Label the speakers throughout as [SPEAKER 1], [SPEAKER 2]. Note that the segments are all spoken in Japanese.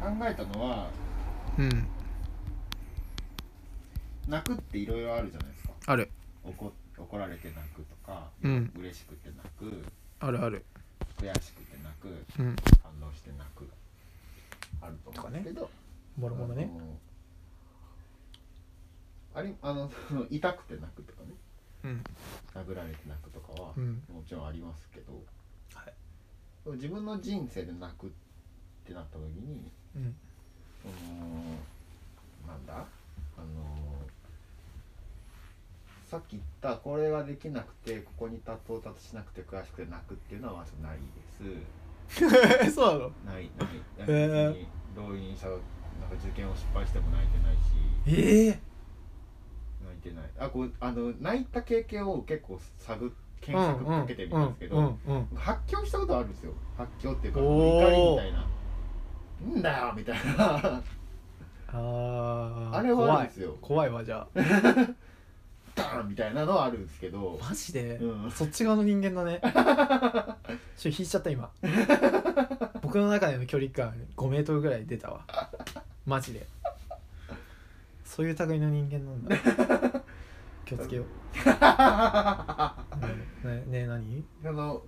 [SPEAKER 1] 考えたのは
[SPEAKER 2] うん
[SPEAKER 1] 泣くっていろいろあるじゃないですか
[SPEAKER 2] ある
[SPEAKER 1] 怒怒られて泣くとか、
[SPEAKER 2] うん
[SPEAKER 1] 嬉しくて泣く
[SPEAKER 2] あるある
[SPEAKER 1] 悔しくて泣く
[SPEAKER 2] うん
[SPEAKER 1] 反応して泣くあると思うんですけど、
[SPEAKER 2] もろもろね
[SPEAKER 1] あのありあのその痛くて泣くとかね
[SPEAKER 2] うん
[SPEAKER 1] 殴られて泣くとかは、
[SPEAKER 2] うん
[SPEAKER 1] もちろんありますけど
[SPEAKER 2] はい
[SPEAKER 1] 自分の人生で泣くってなった時に
[SPEAKER 2] うん
[SPEAKER 1] そのなんだあのさっき言ったこれができなくてここに立とう立しなくて悔しくて泣くっていうのはまずないです。
[SPEAKER 2] そうなの
[SPEAKER 1] ないない
[SPEAKER 2] へー
[SPEAKER 1] 別に動員したなんか受験を失敗しても泣いてないし
[SPEAKER 2] ええ
[SPEAKER 1] 泣いてないあこうあの泣いた経験を結構探検索かけてみたんですけど、
[SPEAKER 2] うんうんうん
[SPEAKER 1] 発狂したことあるんですよ発狂っていうか
[SPEAKER 2] お
[SPEAKER 1] 怒
[SPEAKER 2] ー
[SPEAKER 1] りみたいなんだよみたいな
[SPEAKER 2] あー
[SPEAKER 1] あれはあるんですよ
[SPEAKER 2] 怖い怖いわじゃあ
[SPEAKER 1] ダーンみたいなのはあるんですけど
[SPEAKER 2] マジで、
[SPEAKER 1] うん
[SPEAKER 2] そっち側の人間だね ちょっと引いちゃっ た今僕の中での距離感5メートルぐらい出たわマジでそういう類の人間なんだ 気をつけよう、うんねねえ何
[SPEAKER 1] あの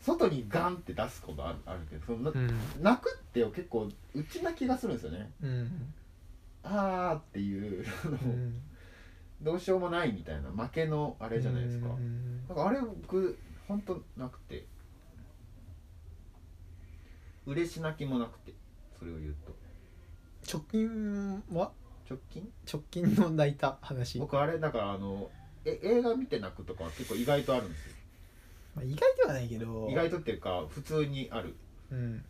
[SPEAKER 1] 外にガンって出すことあるあるけどその
[SPEAKER 2] うん
[SPEAKER 1] 泣くって結構内な気がするんですよね
[SPEAKER 2] うん
[SPEAKER 1] あーっていう
[SPEAKER 2] うん
[SPEAKER 1] どうしようもないみたいな負けのあれじゃないですか、
[SPEAKER 2] うん
[SPEAKER 1] なんかあれ僕ほんとなくて嬉し泣きもなくてそれを言うと
[SPEAKER 2] 直近は
[SPEAKER 1] 直近
[SPEAKER 2] 直近の泣いた話、ま
[SPEAKER 1] 僕あれだからあのえ映画見て泣くとかは結構意外とあるんですよ
[SPEAKER 2] あ、意外ではないけど
[SPEAKER 1] 意外とっていうか普通にある
[SPEAKER 2] うん、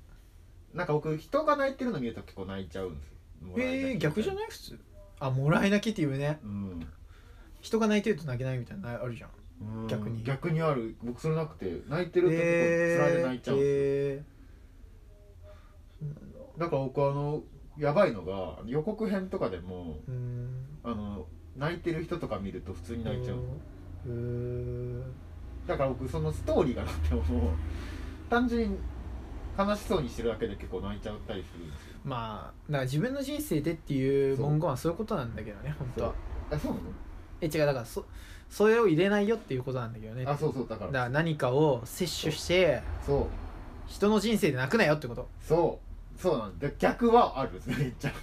[SPEAKER 1] なんか僕人が泣いてるの見ると結構泣いちゃうんですよ
[SPEAKER 2] えー、逆じゃ
[SPEAKER 1] い、
[SPEAKER 2] ない普通あもらい泣きっていうね
[SPEAKER 1] うん
[SPEAKER 2] 人が泣いてると泣けないみたいなのあるじゃん
[SPEAKER 1] うん
[SPEAKER 2] 逆に
[SPEAKER 1] 逆にある僕それなくて泣いてると結構辛いで泣いちゃうんですよ、
[SPEAKER 2] え
[SPEAKER 1] だから僕あのやばいのが予告編とかでも
[SPEAKER 2] ー、うん
[SPEAKER 1] あの泣いてる人とか見ると普通に泣いちゃう
[SPEAKER 2] うーん
[SPEAKER 1] だから僕そのストーリーがなくてももう単純に悲しそうにしてるだけで結構泣いちゃったりするんですよ
[SPEAKER 2] まあだから自分の人生でっていう文言はそういうことなんだけどね本当は
[SPEAKER 1] あそう
[SPEAKER 2] え違うだからそそれを入れないよっていうことなんだけどね
[SPEAKER 1] なのあ
[SPEAKER 2] だか
[SPEAKER 1] そうそうだから
[SPEAKER 2] ら何かを摂取して
[SPEAKER 1] そう
[SPEAKER 2] 人の人生で泣くなよってこと
[SPEAKER 1] そうそうなんで逆はあるんですねめっちゃ
[SPEAKER 2] だ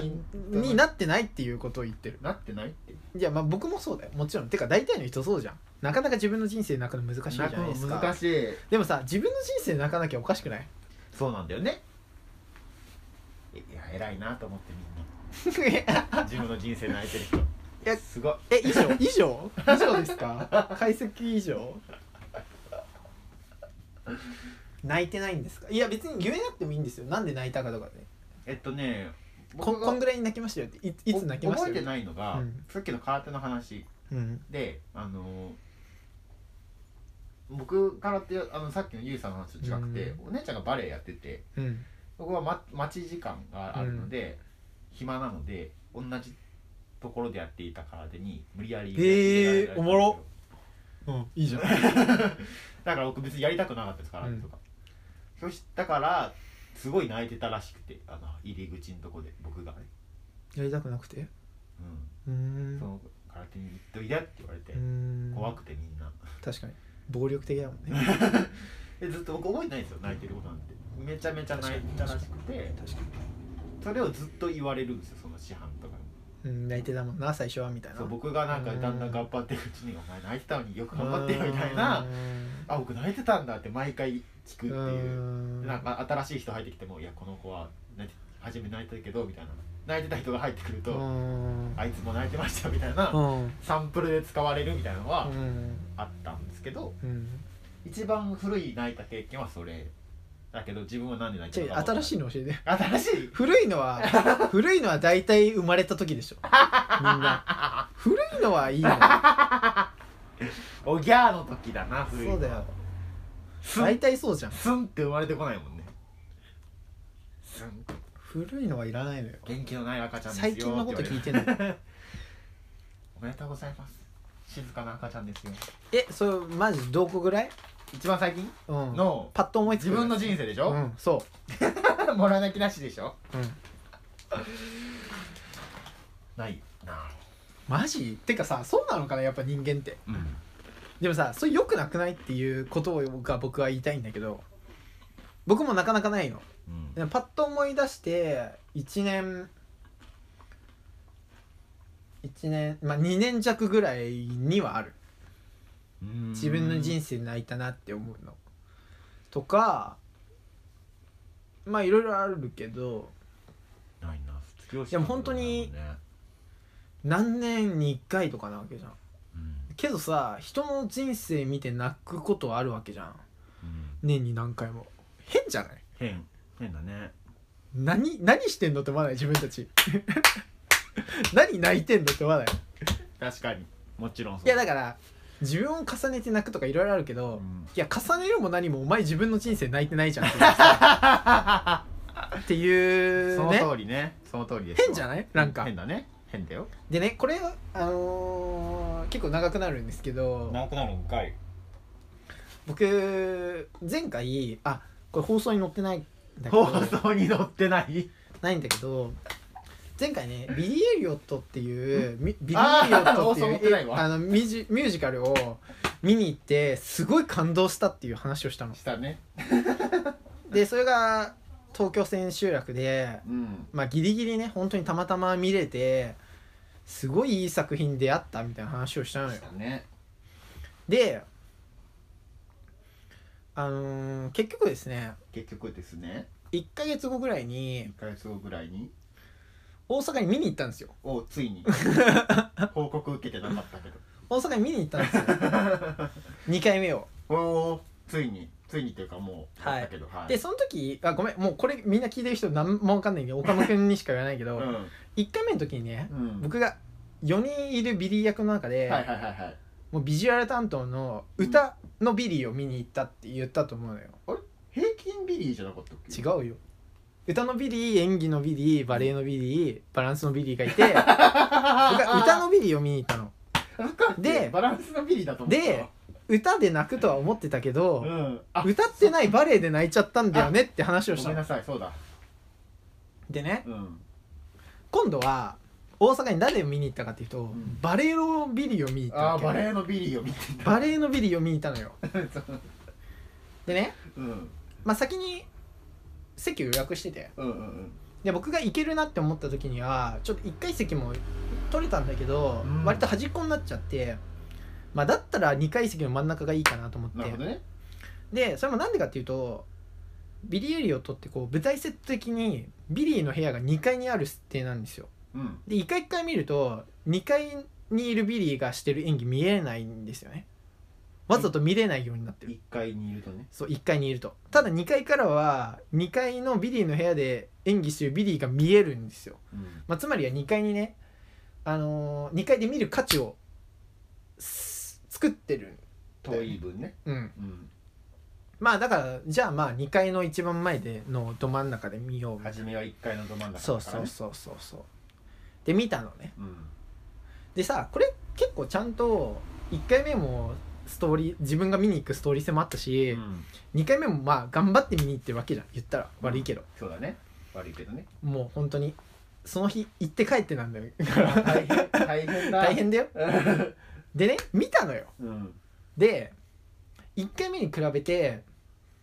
[SPEAKER 1] 他人と
[SPEAKER 2] になってないっていうことを言ってる
[SPEAKER 1] なってないって
[SPEAKER 2] いやまあ僕もそうだよもちろんてか大体の人そうじゃんなかなか自分の人生で泣くの難しいじゃないです
[SPEAKER 1] 難
[SPEAKER 2] か
[SPEAKER 1] しい
[SPEAKER 2] でもさ自分の人生で泣かなきゃおかしくない
[SPEAKER 1] そうなんだよねいや偉いなと思ってみん な自分の人生泣いてる人い
[SPEAKER 2] や
[SPEAKER 1] すごい
[SPEAKER 2] え 以上以上以上ですか解析以上泣いてないんですかいや別に言えなくてもいいんですよなんで泣いたかとかね
[SPEAKER 1] えっとね
[SPEAKER 2] こ
[SPEAKER 1] 僕
[SPEAKER 2] ん
[SPEAKER 1] が
[SPEAKER 2] こんぐらいに泣きましたよっていいつ泣きました
[SPEAKER 1] 覚
[SPEAKER 2] よ
[SPEAKER 1] えてないのが、
[SPEAKER 2] うん
[SPEAKER 1] さっきの空手の話
[SPEAKER 2] うん
[SPEAKER 1] であのー僕空手あのさっきのゆうさんの話と違くて、お姉ちゃんがバレエやってて
[SPEAKER 2] うん
[SPEAKER 1] 僕は、ま、待ち時間があるので、暇なので同じところでやっていた空手に無理やり
[SPEAKER 2] へー
[SPEAKER 1] 入れられたんですよ
[SPEAKER 2] おもろうんいいじゃん
[SPEAKER 1] だから僕別にやりたくなかったです空手とか、そしだからすごい泣いてたらしくてあの入り口のとこで僕がね、
[SPEAKER 2] やりたくなくて
[SPEAKER 1] う
[SPEAKER 2] うー
[SPEAKER 1] ん、
[SPEAKER 2] ん
[SPEAKER 1] その空手に行っといでって言われて、
[SPEAKER 2] うーん
[SPEAKER 1] 怖くてみんな
[SPEAKER 2] 確かに暴力的だもんね
[SPEAKER 1] でずっと僕覚えてないんですよ泣いてることなんてめちゃめちゃ泣いたらしくて
[SPEAKER 2] 確か
[SPEAKER 1] それをずっと言われるんですよその師範とかに
[SPEAKER 2] にうん泣いてたもんな最初はみたいな
[SPEAKER 1] そう僕がなんかだんだん頑張ってるうちに「お前泣いてたのによく頑張ってる」みたいな
[SPEAKER 2] うーん
[SPEAKER 1] 「あ僕泣いてたんだ」って毎回聞くっていう
[SPEAKER 2] う
[SPEAKER 1] でなんか新しい人入ってきても「いやこの子は泣いて初め泣いてたけど」みたいな泣いてた人が入ってくる
[SPEAKER 2] ー
[SPEAKER 1] と
[SPEAKER 2] ん
[SPEAKER 1] 「あいつも泣いてました」みたいな
[SPEAKER 2] うん
[SPEAKER 1] サンプルで使われるみたいなの
[SPEAKER 2] う
[SPEAKER 1] は
[SPEAKER 2] ん
[SPEAKER 1] あったんですけど
[SPEAKER 2] うん
[SPEAKER 1] 一番古い泣いた経験はそれだけど自分は何で泣い
[SPEAKER 2] じ
[SPEAKER 1] てた
[SPEAKER 2] ゃあ新しい
[SPEAKER 1] の
[SPEAKER 2] の教えて
[SPEAKER 1] 新しい
[SPEAKER 2] 古いのは 古いのは大体生まれた時でしょみんな古いのはいいの
[SPEAKER 1] おぎゃーの時だな古いの
[SPEAKER 2] そうだよ
[SPEAKER 1] スン
[SPEAKER 2] 大体そうじゃん
[SPEAKER 1] スンって生まれてこないもんねスン
[SPEAKER 2] 古いのはいらないのよ
[SPEAKER 1] 元気のない赤ちゃんですよ
[SPEAKER 2] 最近のこと聞い
[SPEAKER 1] て
[SPEAKER 2] てない
[SPEAKER 1] おめでとうございます静かな赤ちゃんですよ
[SPEAKER 2] えそれマジどこぐらい
[SPEAKER 1] 一番最近
[SPEAKER 2] うん
[SPEAKER 1] の
[SPEAKER 2] パッと思いつく
[SPEAKER 1] 自分の人生でしょ、
[SPEAKER 2] うんそう
[SPEAKER 1] もらわなきなしでしょ
[SPEAKER 2] うん
[SPEAKER 1] ないな
[SPEAKER 2] マジてかさそうなのかなやっぱ人間って
[SPEAKER 1] うん
[SPEAKER 2] でもさそれ良くなくないっていうことをが僕は言いたいんだけど僕もなかなかないの
[SPEAKER 1] うん
[SPEAKER 2] でパッと思い出して1年1年まあ2年弱ぐらいにはある自分の人生で泣いたなって思うのとかまあいろいろあるけど
[SPEAKER 1] 生ないな卒業式
[SPEAKER 2] いやもう本当に
[SPEAKER 1] ね
[SPEAKER 2] 何年に1回とかなわけじゃん
[SPEAKER 1] うん
[SPEAKER 2] けどさ人の人生見て泣くことあるわけじゃん
[SPEAKER 1] うん
[SPEAKER 2] 年に何回も変じゃない
[SPEAKER 1] 変変だね
[SPEAKER 2] 何何してんのって思わない自分たち 何泣いてんのって思わない
[SPEAKER 1] 確かにもちろんそう
[SPEAKER 2] いやだから自分を重ねて泣くとかいろいろあるけど、
[SPEAKER 1] うん
[SPEAKER 2] いや重ねるも何もお前自分の人生泣いてないじゃんっていうさ っていう
[SPEAKER 1] そ
[SPEAKER 2] ね
[SPEAKER 1] の通りねその通りです
[SPEAKER 2] 変じゃ
[SPEAKER 1] ない
[SPEAKER 2] ないなんか
[SPEAKER 1] 変だね変だよ
[SPEAKER 2] でねこれあのー結構長くなるんですけど
[SPEAKER 1] くなるんかい
[SPEAKER 2] 僕前回あこれ放送に載ってないんだけ
[SPEAKER 1] 放
[SPEAKER 2] ど
[SPEAKER 1] 送に載ってない
[SPEAKER 2] ないんだけど前回ねビリー・エリオットっていうみビリー・エリオットって
[SPEAKER 1] あー放送持ってないいうわ
[SPEAKER 2] あのミュージミュージカルを見に行ってすごい感動したっていう話をしたの
[SPEAKER 1] したね
[SPEAKER 2] でそれが東京千秋楽で
[SPEAKER 1] うん
[SPEAKER 2] まあギリギリね本当にたまたま見れてすごいいい作品出会ったみたいな話をしたのよ
[SPEAKER 1] したね
[SPEAKER 2] であのー結局ですね
[SPEAKER 1] 結局ですね
[SPEAKER 2] 1ヶ月後ぐらいに
[SPEAKER 1] 1ヶ月後ぐらいに
[SPEAKER 2] 大阪に見に行ったんですよ
[SPEAKER 1] をつ いに報告受けてなかったけど
[SPEAKER 2] 大阪に見に行ったん ですよ2 回目を
[SPEAKER 1] おおついについにというかもう
[SPEAKER 2] はい
[SPEAKER 1] だけどはい
[SPEAKER 2] でその時あごめんもうこれみんな聞いてる人何も分かんないけど岡間君にしか言わないけ
[SPEAKER 1] う
[SPEAKER 2] ど、
[SPEAKER 1] ん
[SPEAKER 2] 1回目の時にね
[SPEAKER 1] うん
[SPEAKER 2] 僕が4人いるビリー役の中で、
[SPEAKER 1] はいはいはいはい
[SPEAKER 2] もうビジュアル担当の歌のビリーを見に行ったって言ったと思うのよ、
[SPEAKER 1] 平均ビリーじゃなかったっけ
[SPEAKER 2] 違うよ歌のビリー演技のビリーバレエのビリーバランスのビリーがい て僕は歌のビリーを見に行ったの
[SPEAKER 1] で
[SPEAKER 2] で
[SPEAKER 1] バランスのビリーだと思った
[SPEAKER 2] で歌で泣くとは思ってたけど、
[SPEAKER 1] うんあ
[SPEAKER 2] 歌ってないバレエで泣いちゃったんだよねって話をし
[SPEAKER 1] ご
[SPEAKER 2] た
[SPEAKER 1] めん
[SPEAKER 2] の
[SPEAKER 1] なさいそうだ
[SPEAKER 2] でね
[SPEAKER 1] うん
[SPEAKER 2] 今度は大阪に誰を見に行ったかっていうと、
[SPEAKER 1] ん
[SPEAKER 2] バレエのビリーを見に行った
[SPEAKER 1] あ
[SPEAKER 2] わ
[SPEAKER 1] あ
[SPEAKER 2] け
[SPEAKER 1] バレーのビリーを見てた
[SPEAKER 2] バレエのビリーを見に行った のよでね、
[SPEAKER 1] うん
[SPEAKER 2] まあ、先に席を予約してて
[SPEAKER 1] うんうんうん
[SPEAKER 2] で僕が行けるなって思った時にはちょっと一回席も取れたんだけど、
[SPEAKER 1] うん
[SPEAKER 2] 割と端っこになっちゃって、まあ、だったら2階席の真ん中がいいかなと思っ
[SPEAKER 1] なる
[SPEAKER 2] て
[SPEAKER 1] ほどね
[SPEAKER 2] でそれもなんでかっていうとビリー・エリオットってこう舞台セット的にビリーの部屋が2階にある設定なんですよ
[SPEAKER 1] うん
[SPEAKER 2] で一回一回見ると2階にいるビリーがしてる演技見えないんですよねわざと見れないようになってる
[SPEAKER 1] 1階にいるとね
[SPEAKER 2] そう1階にいるとただ2階からは2階のビリーの部屋で演技してるビリーが見えるんですよ、
[SPEAKER 1] うん
[SPEAKER 2] まあ、つまりは2階にね、あのー、2階で見る価値をす作ってる
[SPEAKER 1] 遠い分ね
[SPEAKER 2] うん
[SPEAKER 1] うん
[SPEAKER 2] まあだからじゃあまあ2階の一番前でのど真ん中で見ようみたい
[SPEAKER 1] 初めは1階のど真ん中だから
[SPEAKER 2] な
[SPEAKER 1] ね
[SPEAKER 2] そうそうそうそうそうで見たのね
[SPEAKER 1] うん
[SPEAKER 2] でさこれ結構ちゃんと1回目もストーリー自分が見に行くストーリー性もあったし、
[SPEAKER 1] うん
[SPEAKER 2] 2回目もまあ頑張って見に行ってるわけじゃん言ったら悪いけど、
[SPEAKER 1] そうだね悪いけどね
[SPEAKER 2] もう本当にその日行って帰ってなんだよ
[SPEAKER 1] 大変大変だ
[SPEAKER 2] 大変 だよでね見たのよ
[SPEAKER 1] うん
[SPEAKER 2] で1回目に比べて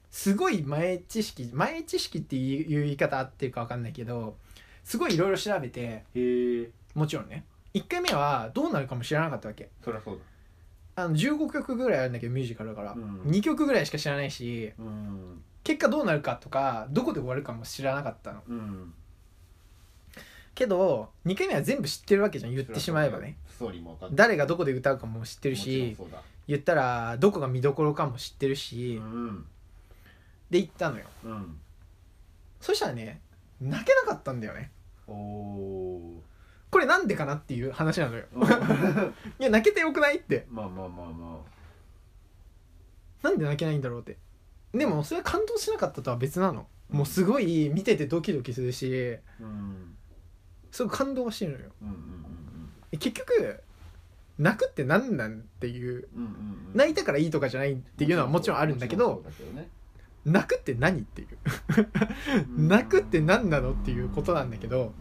[SPEAKER 2] すごい前知識前知識っていう言い方合ってるか分かんないけどすごいいろいろ調べて
[SPEAKER 1] へえ
[SPEAKER 2] もちろんね1回目はどうなるかも知らなかったわけ
[SPEAKER 1] そりゃそう
[SPEAKER 2] あの15曲ぐらいあるんだけどミュージカルだから、
[SPEAKER 1] うん
[SPEAKER 2] 2曲ぐらいしか知らないし
[SPEAKER 1] だうん
[SPEAKER 2] 結果どうなるかとかどこで終わるかも知らなかったの
[SPEAKER 1] うん
[SPEAKER 2] けど2回目は全部知ってるわけじゃん言ってしまえばね
[SPEAKER 1] ストーリーも分かって
[SPEAKER 2] 誰がどこで歌うかも知ってる
[SPEAKER 1] も
[SPEAKER 2] し
[SPEAKER 1] ちろんそうだ
[SPEAKER 2] 言ったらどこが見どころかも知ってるし、
[SPEAKER 1] うん
[SPEAKER 2] で行ったのよ
[SPEAKER 1] うん
[SPEAKER 2] そしたらね泣けなかったんだよね
[SPEAKER 1] お お
[SPEAKER 2] これなんでかなっていう話なのよ
[SPEAKER 1] ー
[SPEAKER 2] いや泣けてよくないって
[SPEAKER 1] まあまあまあま
[SPEAKER 2] なんで泣けないんだろうってでもそれは感動しなかったとは別なのもうすごい見ててドキドキするし
[SPEAKER 1] あうん
[SPEAKER 2] すごい感動はしてるのよ
[SPEAKER 1] うんうん
[SPEAKER 2] え結局泣くって何なんっていう
[SPEAKER 1] うんうんうんうんうん
[SPEAKER 2] 泣いたからいいとかじゃないっていうのはもちろんあるんだけど
[SPEAKER 1] もちろんそうだけどね
[SPEAKER 2] 泣くって何っていう 泣くって何なのっていうことなんだけど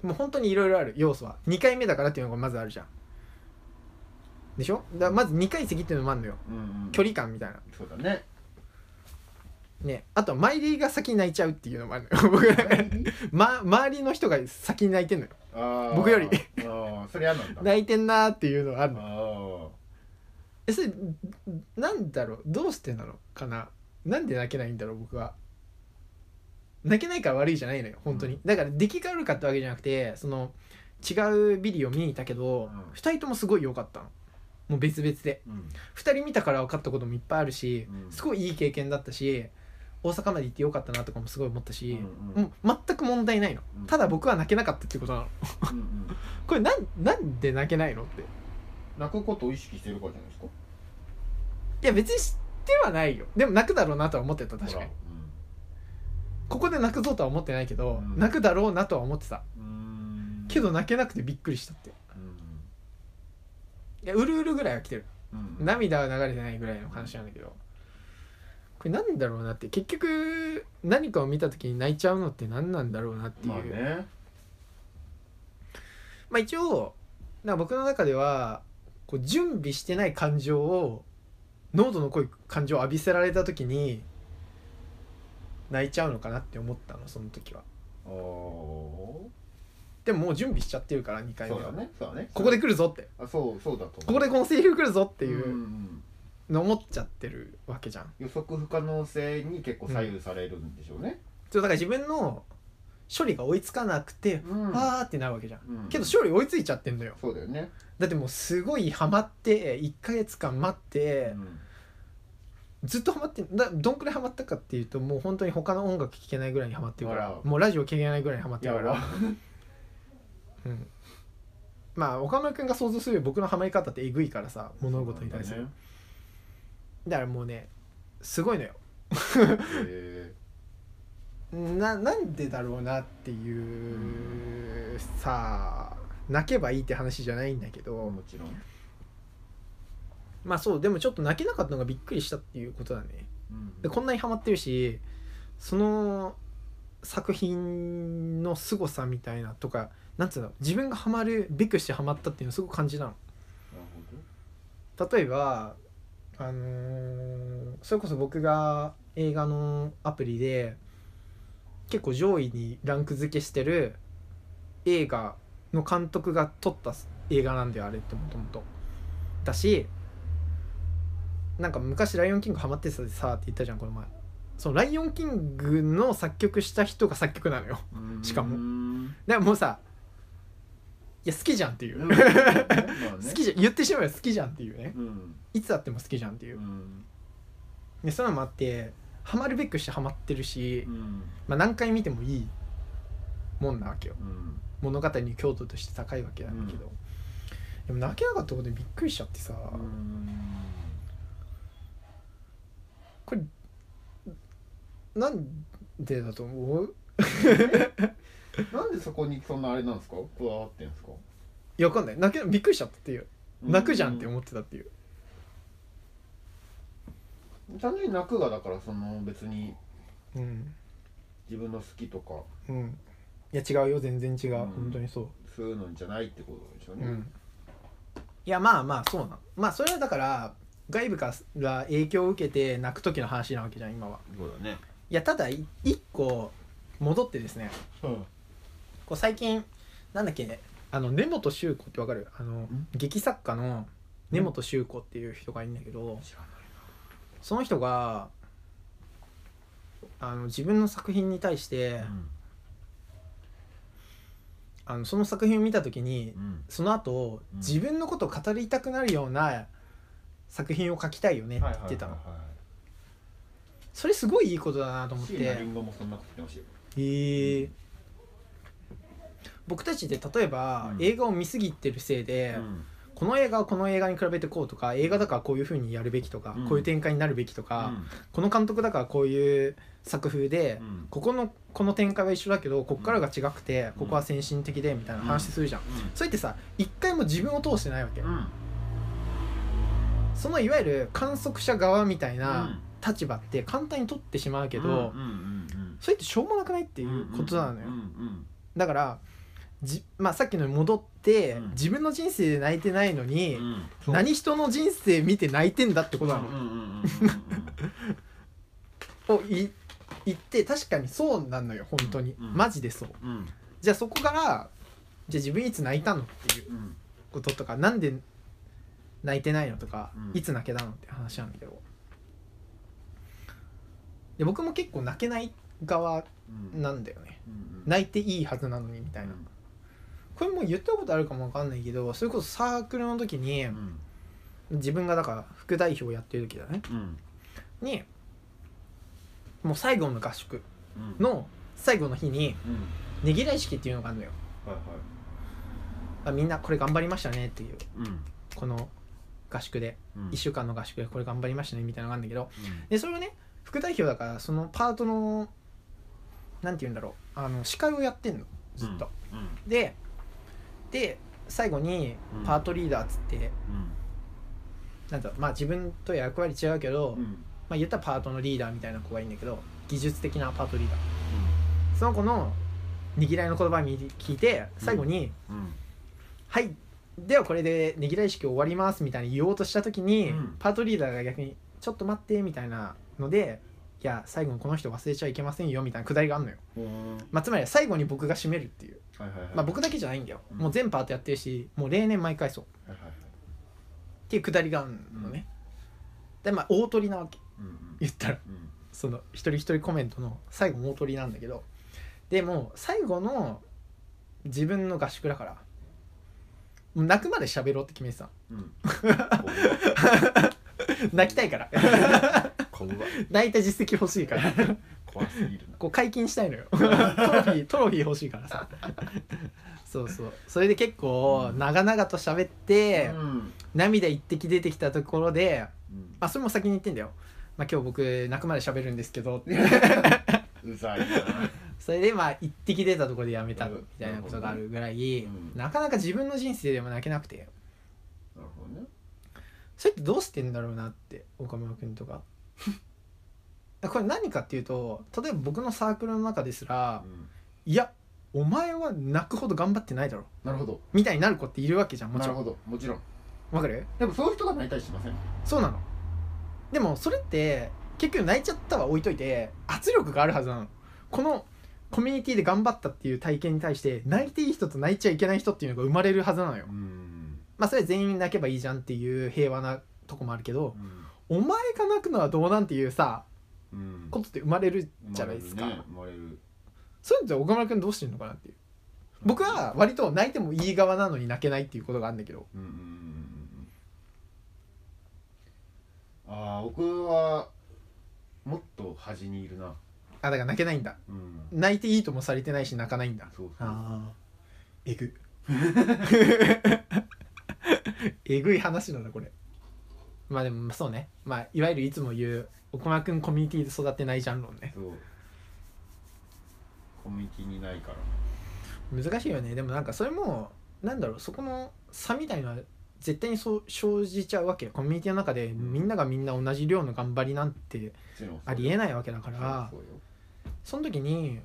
[SPEAKER 2] もう本当にいろいろある要素は2回目だからっていうのがまずあるじゃんでしょだからまず2階席っていうのもあるのよ距
[SPEAKER 1] 離
[SPEAKER 2] 離感みたいな
[SPEAKER 1] そうだ ね
[SPEAKER 2] ねあとはマイリーが先に泣いちゃうっていうのもあるのよ僕なんか、ま、周りの人が先に泣いてんのよ
[SPEAKER 1] あー
[SPEAKER 2] 僕より
[SPEAKER 1] あーそれ嫌なんだ
[SPEAKER 2] 泣いてんなーっていうのがあるの
[SPEAKER 1] あ
[SPEAKER 2] えそれなんだろうどうしてなのかななんで泣けないんだろう僕は泣けないから悪いじゃないのよ本当に、
[SPEAKER 1] うん
[SPEAKER 2] だから出来が悪かったわけじゃなくてその違うビリを見に行ったけど、
[SPEAKER 1] うん
[SPEAKER 2] 2人ともすごい良かったのもう別々で
[SPEAKER 1] ーうん
[SPEAKER 2] 2人見たから分かったこともいっぱいあるし、
[SPEAKER 1] うん
[SPEAKER 2] すごいいい経験だったし大阪まで行ってよかったなとかもすごい思った
[SPEAKER 1] う
[SPEAKER 2] し、
[SPEAKER 1] んう
[SPEAKER 2] も
[SPEAKER 1] ん
[SPEAKER 2] う全く問題ないの、
[SPEAKER 1] うん
[SPEAKER 2] ただ僕は泣けなかったってことなの
[SPEAKER 1] うんうん
[SPEAKER 2] これなんなんで泣けないのってい
[SPEAKER 1] 泣くことを意識してるからじゃないですか
[SPEAKER 2] や別に知ってはないよでも泣くだろうなとは思ってた確かにここで泣くぞとは思ってないけど、
[SPEAKER 1] うん
[SPEAKER 2] 泣くだろうなとは思ってた
[SPEAKER 1] ほらうん
[SPEAKER 2] けど泣けなくてびっくりしたって
[SPEAKER 1] うん
[SPEAKER 2] いやうるうるぐらいは来てる
[SPEAKER 1] うん
[SPEAKER 2] 涙は流れてないぐらいの話なんだけどこれなんだろうなって結局何かを見た時に泣いちゃうのって何なんだろうなっていう、
[SPEAKER 1] まあね
[SPEAKER 2] まあ一応なんか僕の中ではこう準備してない感情を濃度の濃い感情を浴びせられた時に泣いちゃうのかなって思ったのその時は
[SPEAKER 1] おお
[SPEAKER 2] でももう準備しちゃってるから2
[SPEAKER 1] ー
[SPEAKER 2] 回目
[SPEAKER 1] そう
[SPEAKER 2] は、
[SPEAKER 1] だねそうだね
[SPEAKER 2] ここで来るぞって
[SPEAKER 1] あそうそうだと
[SPEAKER 2] ここで
[SPEAKER 1] っ
[SPEAKER 2] このセリフ来るぞって
[SPEAKER 1] て
[SPEAKER 2] いうの思っちゃってるわけじゃん、
[SPEAKER 1] 予測不可能性に結構左右されるんでしょうね
[SPEAKER 2] そうだから自分の処理が追いつかなくて、
[SPEAKER 1] うん
[SPEAKER 2] あーってなるわけじゃん
[SPEAKER 1] うん
[SPEAKER 2] けど処理追いついちゃってんのよ
[SPEAKER 1] そうだよね
[SPEAKER 2] だってもうすごいハマって1ヶ月間待って、
[SPEAKER 1] うん
[SPEAKER 2] ずっとハマってだどんくらいハマったかっていうともう本当に他の音楽聴けないぐらいにハマってるから
[SPEAKER 1] あら
[SPEAKER 2] もうラジオ聴けないぐらいにハマって
[SPEAKER 1] や
[SPEAKER 2] る
[SPEAKER 1] ば
[SPEAKER 2] か
[SPEAKER 1] い
[SPEAKER 2] らうん、まあ岡村君が想像するより僕のハマり方ってえぐいからさ物事に対するだ,、
[SPEAKER 1] ね
[SPEAKER 2] からもうねすごいのよ
[SPEAKER 1] へ
[SPEAKER 2] ななんでだろうなっていう、さあ泣けばいいって話じゃないんだけ
[SPEAKER 1] ー
[SPEAKER 2] ど
[SPEAKER 1] もちろん
[SPEAKER 2] まあそうでもちょっと泣けなかったのがびっくりしたっていうことだね
[SPEAKER 1] うん
[SPEAKER 2] でこんなにハマってるしその作品の凄さみたいなとかなんつうの自分がハマるべくしてハマったっていうのをすごく感じな
[SPEAKER 1] なるほど
[SPEAKER 2] の例えばあのーそれこそ僕が映画のアプリで結構上位にランク付けしてる映画の監督が撮った映画なんだよあれってもともとだしなんか昔「ライオンキング」ハマってたでさって言ったじゃんこの前その「ライオンキング」の作曲した人が作曲なのよ しかも
[SPEAKER 1] う ん
[SPEAKER 2] だからもうさいや好きじゃんっていう、
[SPEAKER 1] うん
[SPEAKER 2] 好
[SPEAKER 1] まあね
[SPEAKER 2] きじゃん言ってしまえば好きじゃんっていうね
[SPEAKER 1] うん
[SPEAKER 2] いつあっても好きじゃんっていううんでそういうのもあってハマるべくしてハマってるし、
[SPEAKER 1] うん
[SPEAKER 2] まあ、何回見てもいいもんなわけよ
[SPEAKER 1] うん
[SPEAKER 2] 物語の強度として高いわけなんだけど、でも泣けなかったことにびっくりしちゃってさ、
[SPEAKER 1] うん
[SPEAKER 2] これなんでだと思う
[SPEAKER 1] なんでそこにそんなあれなんですかこだわってんですか
[SPEAKER 2] いやわかんない泣けびっくりしちゃったっていう泣くじゃんって思ってたっていう、
[SPEAKER 1] うん単純に泣くがだからその別に
[SPEAKER 2] うん
[SPEAKER 1] 自分の好きとか
[SPEAKER 2] うん、いや違うよ全然違う、
[SPEAKER 1] うん
[SPEAKER 2] 本当にそう
[SPEAKER 1] そういうのじゃないってことでしょうね、
[SPEAKER 2] いやまあまあそうなんまあそれはだから外部から影響を受けて泣く時の話なわけじゃん今は
[SPEAKER 1] そうだね
[SPEAKER 2] いやただい一個戻ってですね
[SPEAKER 1] うん
[SPEAKER 2] こう最近なんだっけねあの根本周子ってわかるあの
[SPEAKER 1] ん
[SPEAKER 2] 劇作家の根本周子っていう人がいるんだけど
[SPEAKER 1] 知らない
[SPEAKER 2] その人があの自分の作品に対してあのその作品を見た時に
[SPEAKER 1] うん
[SPEAKER 2] その後、
[SPEAKER 1] うん
[SPEAKER 2] 自分のことを語りたくなるような作品を書きたいよねって
[SPEAKER 1] はい
[SPEAKER 2] 言
[SPEAKER 1] はい
[SPEAKER 2] ってたの、
[SPEAKER 1] はい
[SPEAKER 2] それすごいいいことだなと思って
[SPEAKER 1] 椎名林檎もそんなこと言ってましたよ
[SPEAKER 2] へえ僕たちって例えば、
[SPEAKER 1] うん
[SPEAKER 2] 映画を見すぎてるせいで、この映画はこの映画に比べてこうとか映画だからこういうふうにやるべきとか、
[SPEAKER 1] うん
[SPEAKER 2] こういう展開になるべきとか、この監督だからこういう作風で、
[SPEAKER 1] うん
[SPEAKER 2] ここのこの展開は一緒だけどこっからが違くて、
[SPEAKER 1] うん
[SPEAKER 2] ここは先進的でみたいな話するじゃん、それってさ一回も自分を通してないわけ、
[SPEAKER 1] うんうん
[SPEAKER 2] そのいわゆる観測者側みたいな立場って簡単に取ってしまうけど、
[SPEAKER 1] うんうんうん
[SPEAKER 2] それってしょうもなくないっていうことなのよ、
[SPEAKER 1] うんうん
[SPEAKER 2] だからじ、まあ、さっきのに戻って、
[SPEAKER 1] うん
[SPEAKER 2] 自分の人生で泣いてないのに、
[SPEAKER 1] うんうん
[SPEAKER 3] そう
[SPEAKER 2] 何人の人生見て泣いてんだってことなの、
[SPEAKER 1] うんうんうんうんうん
[SPEAKER 2] をい言って確かにそうなのよ本当に、
[SPEAKER 1] うんうん
[SPEAKER 2] マジでそう
[SPEAKER 1] うん
[SPEAKER 2] じゃあそこからじゃあ自分いつ泣いたのっていう
[SPEAKER 1] うん
[SPEAKER 2] こととかなんで泣いてないのとか、
[SPEAKER 1] うん
[SPEAKER 2] いつ泣けたのって話なんだけどで僕も結構泣けない側
[SPEAKER 1] うん
[SPEAKER 2] なんだよね
[SPEAKER 1] うん
[SPEAKER 2] 泣いていいはずなのにみたいな、これもう言ったことあるかもわかんないけどそれこそサークルの時に
[SPEAKER 1] うん
[SPEAKER 2] 自分がだから副代表やってる時だね
[SPEAKER 1] うん
[SPEAKER 2] にもう最後の合宿
[SPEAKER 1] うん
[SPEAKER 2] の最後の日に
[SPEAKER 1] うん
[SPEAKER 2] ねぎらい式っていうのがあるのよ
[SPEAKER 1] はいはい
[SPEAKER 2] あみんなこれ頑張りましたねっていう
[SPEAKER 1] うん
[SPEAKER 2] この合宿で
[SPEAKER 1] うん
[SPEAKER 2] 1週間の合宿でこれ頑張りましたねみたいなのがあるんだけど
[SPEAKER 1] うん
[SPEAKER 2] でそれをね副代表だからそのパートのなんて言うんだろうあの司会をやってんのずっと、
[SPEAKER 1] うん
[SPEAKER 2] でで最後に
[SPEAKER 1] うん
[SPEAKER 2] パートリーダーっつって、
[SPEAKER 1] うん
[SPEAKER 2] なんだろうまあ自分と役割違うけ
[SPEAKER 1] う
[SPEAKER 2] ど、
[SPEAKER 1] んうん
[SPEAKER 2] まあ言ったらパートのリーダーみたいな子がいいんだけど技術的なパートリーダーその子のねぎらいの言葉を聞いて最後に「
[SPEAKER 1] うん
[SPEAKER 2] はいではこれでねぎらい式終わります」みたいに言おうとした時に、
[SPEAKER 1] うん
[SPEAKER 2] パートリーダーが逆に「ちょっと待って」みたいなので「いや最後にこの人忘れちゃいけませんよ」みたいなくだりがあるのよ、
[SPEAKER 1] ほー
[SPEAKER 2] まあ、つまり最後に僕が締めるっていう、
[SPEAKER 1] はいはいはい
[SPEAKER 2] まあ、僕だけじゃないんだよ、
[SPEAKER 1] うん
[SPEAKER 2] もう全パートやってるしもう例年毎回そう
[SPEAKER 1] はいはいはい
[SPEAKER 2] っていうくだりがあるのね、でまあ大取りなわけ
[SPEAKER 1] うんうん
[SPEAKER 2] 言ったら
[SPEAKER 1] うん
[SPEAKER 2] その一人一人コメントの最後大取りなんだけどでも最後の自分の合宿だからもう泣くまで喋ろうって決めてたの
[SPEAKER 1] うん
[SPEAKER 2] 泣きたいから
[SPEAKER 1] 怖い
[SPEAKER 2] 泣いた実績欲しいから
[SPEAKER 1] 怖すぎるな
[SPEAKER 2] こう解禁したいのよトロフィートロフィー欲しいからさそうそうそれで結構
[SPEAKER 1] うん
[SPEAKER 2] 長々と喋って、
[SPEAKER 1] うん
[SPEAKER 2] 涙一滴出てきたところで
[SPEAKER 1] うん
[SPEAKER 2] あそれも先に言ってんだよ、まあ、今日僕泣くまで喋るんですけどって
[SPEAKER 1] うざいな
[SPEAKER 2] それでまあ一滴出たところでやめたみたいなことがあるぐらい、
[SPEAKER 1] うん
[SPEAKER 2] なかなか自分の人生でも泣けなくて
[SPEAKER 1] なるほどね
[SPEAKER 2] それってどうしてんだろうなって岡村君と かこれ何かっていうと例えば僕のサークルの中ですら
[SPEAKER 1] うん
[SPEAKER 2] いやお前は泣くほど頑張ってないだろ
[SPEAKER 1] なるほど
[SPEAKER 2] みたいになる子っているわけじゃんも
[SPEAKER 1] な
[SPEAKER 2] ち
[SPEAKER 1] る
[SPEAKER 2] ろん
[SPEAKER 1] ほどもちろん
[SPEAKER 2] わかる
[SPEAKER 1] でもそういう人が泣いたりしません
[SPEAKER 2] そうなのでもそれって結局泣いちゃったは置いといて圧力があるはずなのこのコミュニティで頑張ったっていう体験に対して泣いていい人と泣いちゃいけない人っていうのが生まれるはずなのよ
[SPEAKER 1] うん
[SPEAKER 2] まあそれは全員泣けばいいじゃんっていう平和なとこもあるけど
[SPEAKER 1] うん
[SPEAKER 2] お前が泣くのはどうなんていうさ
[SPEAKER 1] うん
[SPEAKER 2] ことって生まれるじゃないですか、
[SPEAKER 1] 生まれるね
[SPEAKER 2] そういうのって岡村君どうしてんのかなっていう
[SPEAKER 1] 生まれる
[SPEAKER 2] 僕は割と泣いてもいい側なのに泣けないっていうことがあるんだけど
[SPEAKER 1] うんうんうんうんうんああ僕はもっと端にいるな
[SPEAKER 2] あだから泣けないんだ
[SPEAKER 1] うん
[SPEAKER 2] 泣いていいともされてないし泣かないんだ
[SPEAKER 1] そうそう
[SPEAKER 2] ああえぐ えぐい話なんだこれまあでもそうねまあいわゆるいつも言うおこまくんコミュニティで育てないじゃん論ね
[SPEAKER 1] そうコミュニティにないから
[SPEAKER 2] 難しいよねでもなんかそれもなんだろうそこの差みたいのは絶対にそう生じちゃうわけよコミュニティの中でみんながみんな同じ量の頑張りなんて
[SPEAKER 1] もちろん
[SPEAKER 2] ありえ
[SPEAKER 1] い
[SPEAKER 2] ないわけだから
[SPEAKER 1] そうよ
[SPEAKER 2] その時に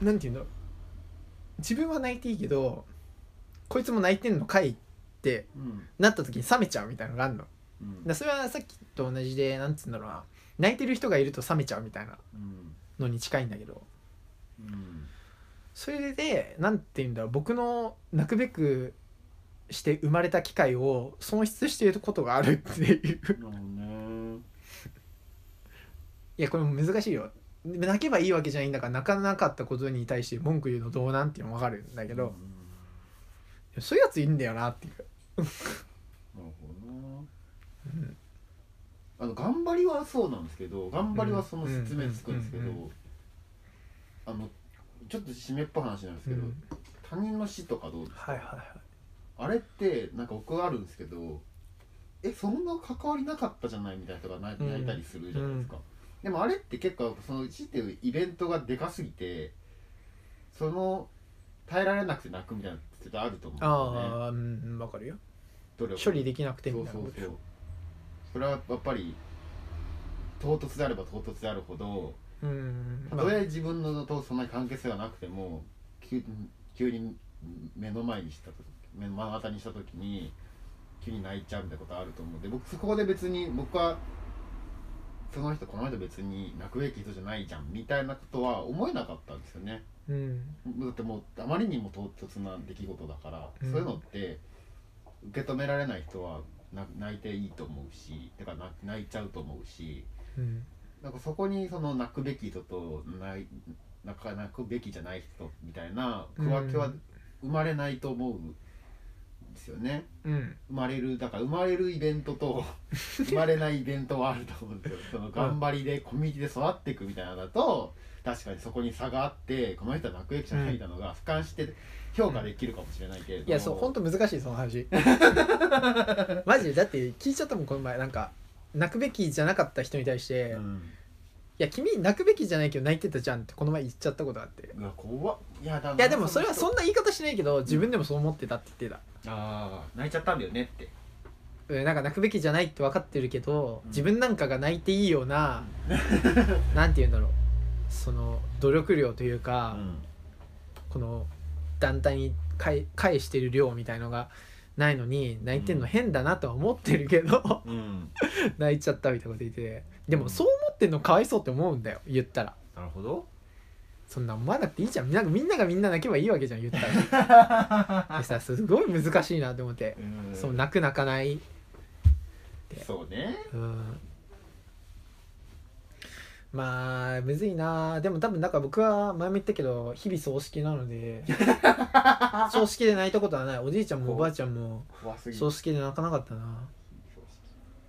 [SPEAKER 2] なんて言うんだろう自分は泣いていいけどこいつも泣いてんのかいって
[SPEAKER 1] うん
[SPEAKER 2] なった時に冷めちゃうみたいなのがあるのだか
[SPEAKER 1] うん
[SPEAKER 2] らそれはさっきと同じでなんつうんだろうな泣いてる人がいると冷めちゃうみたいな
[SPEAKER 1] うん
[SPEAKER 2] のに近いんだけど
[SPEAKER 1] うん
[SPEAKER 2] それでなんて言うんだろう僕の泣くべくして生まれた機会を損失していることがあるっていう
[SPEAKER 1] なるほどね
[SPEAKER 2] いやこれも難しいよ泣けばいいわけじゃないんだから泣かなかったことに対して文句言うのどうなんていうの分かるんだけど、そういうやついいんだよなっていう
[SPEAKER 1] うんなるほどな
[SPEAKER 2] うん
[SPEAKER 1] あの頑張りはそうなんですけど頑張りはその説明つくんですけど、
[SPEAKER 2] うんうんうん
[SPEAKER 1] あのちょっと締めっぽい話なんですけど、
[SPEAKER 2] うん
[SPEAKER 1] 他人の死とかどうですか
[SPEAKER 2] はいはいはい
[SPEAKER 1] あれってなんか僕あるんですけどえそんな関わりなかったじゃないみたいな人が泣い泣いたりするじゃないですか、でもあれって結構その死っていうイベントがでかすぎてその耐えられなくて泣くみたいなのって絶対あると思うんですよね
[SPEAKER 2] ああうん分かるよ
[SPEAKER 1] 努力
[SPEAKER 2] 処理できなくてみたいな
[SPEAKER 1] そう
[SPEAKER 2] こ
[SPEAKER 1] そう
[SPEAKER 2] と
[SPEAKER 1] そうそれはやっぱり唐突であれば唐突であるほど
[SPEAKER 2] うん
[SPEAKER 1] た
[SPEAKER 2] まあ
[SPEAKER 1] とえ自分のとそんなに関係性がなくても急急に目の前にした時目の目の当たりにした時に急に泣いちゃうみたいなことあると思うんで僕そこで別に僕はその人この人別に泣くべき人じゃないじゃんみたいなことは思えなかったんですよね
[SPEAKER 2] うん
[SPEAKER 1] だってもうあまりにも唐突な出来事だから、
[SPEAKER 2] うん
[SPEAKER 1] そういうのって受け止められない人はな泣いていいと思うしてかな泣いちゃうと思うし
[SPEAKER 2] うん
[SPEAKER 1] なんかそこにその泣くべき人とない泣か泣くべきじゃない人みたいな区分けは
[SPEAKER 2] うん
[SPEAKER 1] 生まれないと思うんですよね、
[SPEAKER 2] うん
[SPEAKER 1] 生まれるだから生まれるイベントと 生まれないイベントはあると思うんですよその頑張りでコミュニティで育っていくみたいなのだと確かにそこに差があってこの人は泣くべきじゃないみたいなのが俯瞰して評価できるかもしれないけれども
[SPEAKER 2] いやそう本当難しいそ の話マジでだって聞いちゃったもんこの前なんか泣くべきじゃなかった人に対して「
[SPEAKER 1] う
[SPEAKER 2] い
[SPEAKER 1] ん
[SPEAKER 2] や君泣くべきじゃないけど泣いてたじゃん」ってこの前言っちゃったことがあって
[SPEAKER 1] うわ怖っいやだ
[SPEAKER 2] いやでもそれはそ
[SPEAKER 1] ん
[SPEAKER 2] んな言い方しないけど自分でもそう思ってたって言ってた
[SPEAKER 1] ああ泣いちゃったんだよねって
[SPEAKER 2] うんなんか泣くべきじゃないって分かってるけど
[SPEAKER 1] うん
[SPEAKER 2] 自分なんかが泣いていいよ うななんて言うんだろうその努力量という
[SPEAKER 1] う
[SPEAKER 2] か、
[SPEAKER 1] ん
[SPEAKER 2] この団体に返返してる量みたいのがないのに泣いてんの変だなとは思ってるけど、
[SPEAKER 1] うん
[SPEAKER 2] 泣いちゃったみたいなこと言っててでもそう思ってんのかわいそうって思うんだよ言ったら
[SPEAKER 1] なるほど
[SPEAKER 2] そんな思わなくていいじゃんなんかみんながみんな泣けばいいわけじゃん言った らでさすごい難しいなと思って、
[SPEAKER 1] うん
[SPEAKER 2] そう泣く泣かない
[SPEAKER 1] そうね
[SPEAKER 2] うんまあむずいなでも多分なんか僕は前も言ったけど日々葬式なので 葬式で泣いたことはないおじいちゃんもおばあちゃんも
[SPEAKER 1] 怖すぎる
[SPEAKER 2] 葬式で泣かなかったな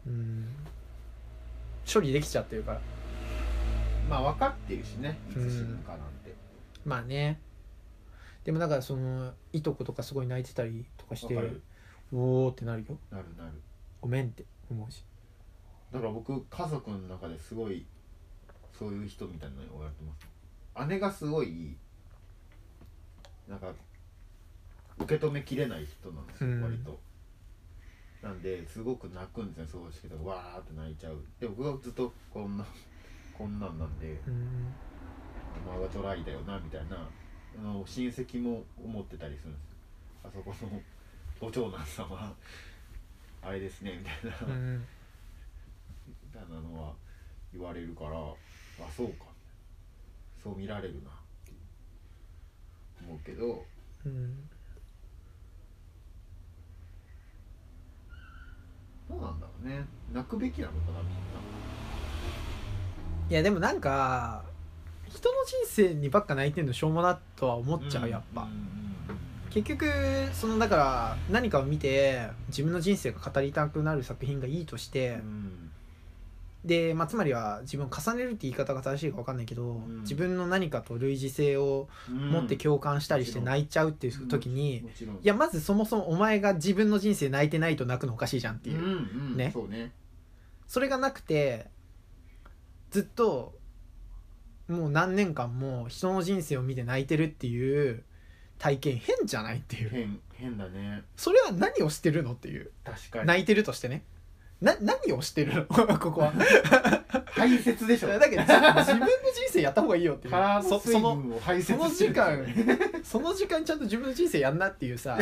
[SPEAKER 2] うん処理できちゃってるから
[SPEAKER 1] まあ分かってるしねいつ死ぬかなんて、
[SPEAKER 2] まあねでもなんかそのいとことかすごい泣いてたりとかして
[SPEAKER 1] わかる
[SPEAKER 2] おおってなるよ
[SPEAKER 1] なるなる
[SPEAKER 2] ごめんって思うし
[SPEAKER 1] だから僕家族の中ですごいそういう人みたいなのをやってます姉がすごいなんか受け止めきれない人なんですよ、
[SPEAKER 2] うん
[SPEAKER 1] 割となんですごく泣くんですよそうしててわーって泣いちゃうで僕はずっとこんなこんなんなんで
[SPEAKER 2] うん
[SPEAKER 1] お前はドライだよなみたいなあの親戚も思ってたりするんですよあそこのご長男様あれですねみたいな、
[SPEAKER 2] うん
[SPEAKER 1] みたいなのは言われるからあそうかそう見られるなって思うけど
[SPEAKER 2] うん
[SPEAKER 1] どうなんだろうね泣くべきなのかなみん
[SPEAKER 2] いやでもなんか人の人生にばっか泣いてんのしょうもなとは思っ
[SPEAKER 1] な
[SPEAKER 2] ちゃう、やっぱ、
[SPEAKER 1] うん
[SPEAKER 2] 結局そのだから何かを見て自分の人生が語りたくなる作品がいいとし
[SPEAKER 1] う
[SPEAKER 2] て、
[SPEAKER 1] ん
[SPEAKER 2] で、まあ、つまりは自分を重ねるって言い方が正しいか分かんないけど、
[SPEAKER 1] ん
[SPEAKER 2] 自分の何かと類似性を
[SPEAKER 1] うん
[SPEAKER 2] 持って共感したりして
[SPEAKER 1] うん
[SPEAKER 2] 泣いちゃうっていう時に、
[SPEAKER 1] もちろん
[SPEAKER 2] いやまずそもそもお前が自分の人生泣いてないと泣くのおかしいじゃんっていう、
[SPEAKER 1] うんうん
[SPEAKER 2] ね
[SPEAKER 1] そうね
[SPEAKER 2] それがなくてずっともう何年間も人の人生を見て泣いてるっていう体験変じゃないっていう
[SPEAKER 1] 変変だね
[SPEAKER 2] それは何をしてるのっていう
[SPEAKER 1] 確かに
[SPEAKER 2] 泣いてるとしてねな何をしてるの ここは
[SPEAKER 1] 排泄でしょ
[SPEAKER 2] だけどじ自分の人生やった方がいいよっていう
[SPEAKER 1] 体の
[SPEAKER 2] そ
[SPEAKER 1] 水
[SPEAKER 2] その
[SPEAKER 1] 分を排泄
[SPEAKER 2] その
[SPEAKER 1] して
[SPEAKER 2] 時
[SPEAKER 1] るから
[SPEAKER 2] 間
[SPEAKER 1] ね
[SPEAKER 2] その時間ちゃんと自分の人生やんなってい うさ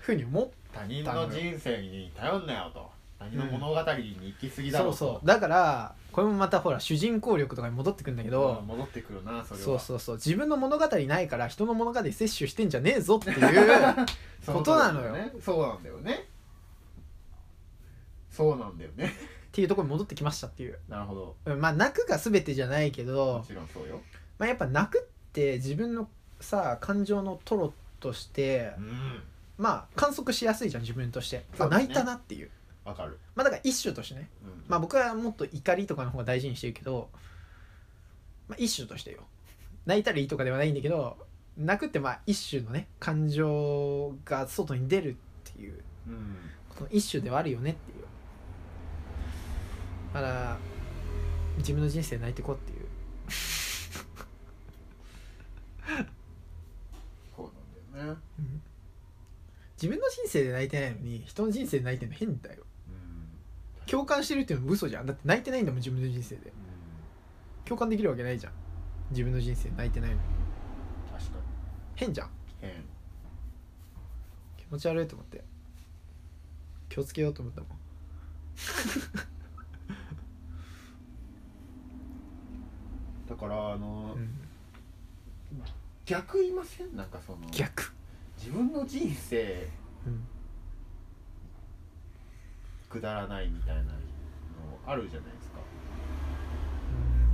[SPEAKER 2] ふうに思っ
[SPEAKER 1] 他人の人生に頼んなよと他人の物語に行き過ぎだ
[SPEAKER 2] そ
[SPEAKER 1] ろ
[SPEAKER 2] う
[SPEAKER 1] と
[SPEAKER 2] そうだからこれもまたほら主人公力とかに戻ってくんだけど、
[SPEAKER 1] うん戻ってくるなそれは
[SPEAKER 2] そうそうそう自分の物語ないから人の物語摂取してんじゃねえぞっ ていうことなのよ
[SPEAKER 1] そうなんだよねそうなんだよね
[SPEAKER 2] っていうところに戻ってきましたっていう
[SPEAKER 1] なるほど
[SPEAKER 2] うんまあ泣くが全てじゃないけ
[SPEAKER 1] も
[SPEAKER 2] ど、
[SPEAKER 1] ちろんそうよ
[SPEAKER 2] まあ、やっぱ泣くって自分のさ感情のトロとして
[SPEAKER 1] うん
[SPEAKER 2] まあ観測しやすいじゃん自分として、あ
[SPEAKER 1] そうですね
[SPEAKER 2] 泣いたなっていう
[SPEAKER 1] わかる、
[SPEAKER 2] まあだから一種としてね
[SPEAKER 1] うん
[SPEAKER 2] まあ僕はもっと怒りとかの方が大事にしてるけど、まあ、一種としてよ泣いたらいいとかではないんだけど泣くってまあ一種のね感情が外に出るっていう
[SPEAKER 1] うん
[SPEAKER 2] この一種ではあるよねっていうだから自分の人生泣いてこうっていう
[SPEAKER 1] そうなんだよね
[SPEAKER 2] 自分の人生で泣いてないのに人の人生で泣いてるの変だよ
[SPEAKER 1] うん
[SPEAKER 2] 共感してるっていうのも嘘じゃんだって泣いてないんだもん自分の人生で共感できるわけないじゃん自分の人生泣いてないの
[SPEAKER 1] 確か
[SPEAKER 2] 変じゃん
[SPEAKER 1] に変
[SPEAKER 2] 気持ち悪いと思って気をつけようと思ったもん
[SPEAKER 1] だからあの、
[SPEAKER 2] うん、
[SPEAKER 1] 逆言いませんなんかその
[SPEAKER 2] 逆、
[SPEAKER 1] 自分の人生
[SPEAKER 2] うん、
[SPEAKER 1] くだらないみたいなのあるじゃないですか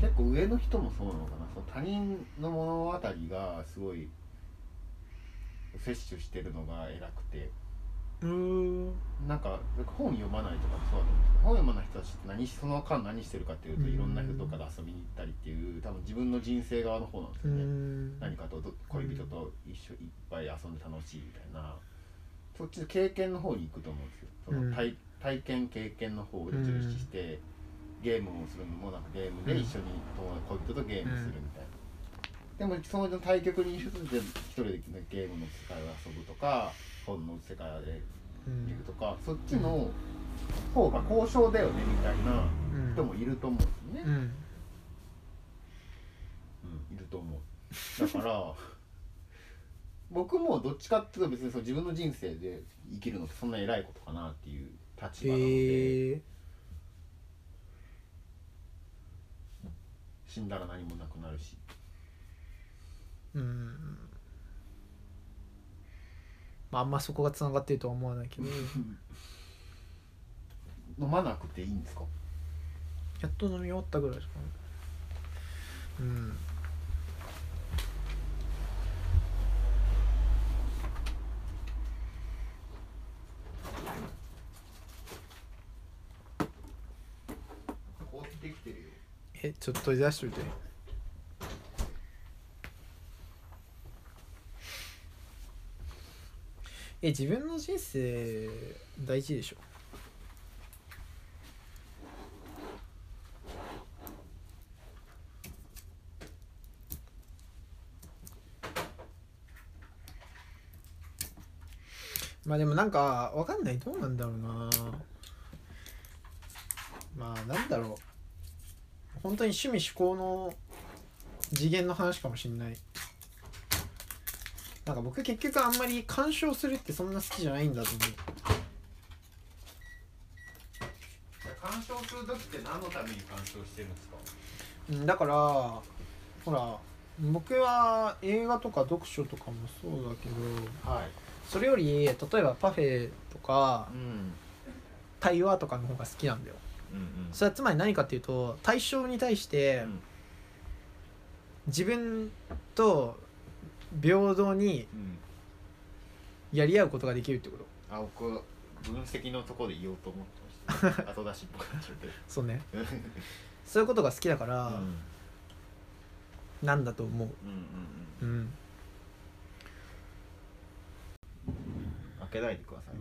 [SPEAKER 1] 結構上の人もそうなのかなその他人の物語がすごい摂取してるのが偉くて
[SPEAKER 2] うーん
[SPEAKER 1] なんかなんか本読まないとかもそうだと思うんですけど本読まない人たちって何しその間何してるかっていうと
[SPEAKER 2] うん
[SPEAKER 1] いろんな人とかで遊びに行ったりっていう多分自分の人生側の方なんです
[SPEAKER 2] う
[SPEAKER 1] よね、
[SPEAKER 2] ん
[SPEAKER 1] 何かとど恋人と一緒いっぱい遊んで楽しいみたいなそっちの経験の方に行くと思うんですよそ
[SPEAKER 2] うん
[SPEAKER 1] の体,、体験経験の方を重視して、ゲームをするのもなんかゲームで一緒に友達恋人とゲームするみたいな、でもその対局に一つで一人でゲームの世界を遊ぶとか本の世界で
[SPEAKER 2] うん
[SPEAKER 1] 行くとかそっちの方が交渉だよねみたいな
[SPEAKER 2] うん
[SPEAKER 1] 人もいると思うんですよね
[SPEAKER 2] う、ん
[SPEAKER 1] うん、いると思うだから 僕もどっちかっていうと別にその自分の人生で生きるのってそんな偉いことかなっていう立場なので、
[SPEAKER 2] へえ
[SPEAKER 1] 死んだら何もなくなるし
[SPEAKER 2] うんまああんまそこがつながってるとは思わないけど
[SPEAKER 1] 飲まなくていいんですか
[SPEAKER 2] やっと飲み終わったぐらいですかねうん
[SPEAKER 1] 凍ってきてるよ
[SPEAKER 2] えちょっと取り出しといてえ自分の人生大事でしょまあでもなんかわかんないどうなんだろうなまあなんだろう本当に趣味嗜好の次元の話かもしんないなんか僕結局あんまり鑑賞するってそんな好きじゃないんだと思
[SPEAKER 1] 鑑賞する時って何のために鑑賞してるんですか
[SPEAKER 2] ううんだからほら僕は映画とか読書とかもそうだけど
[SPEAKER 1] はい
[SPEAKER 2] それより例えばパフェとか
[SPEAKER 1] うん
[SPEAKER 2] 対話とかの方が好きなんだよ
[SPEAKER 1] うん
[SPEAKER 2] それはつまり何かっていうと対象に対して
[SPEAKER 1] うん
[SPEAKER 2] 自分と平等に
[SPEAKER 1] うん
[SPEAKER 2] やり合うことができるってこと
[SPEAKER 1] あ僕分析のところで言おうと思ってま した後出しっぽくなっちゃって
[SPEAKER 2] そ うね
[SPEAKER 1] うん
[SPEAKER 2] そういうことが好きだか
[SPEAKER 1] う
[SPEAKER 2] ら、
[SPEAKER 1] ん
[SPEAKER 2] なんだと思う
[SPEAKER 1] うんうん
[SPEAKER 2] うん
[SPEAKER 1] 開けないでくださ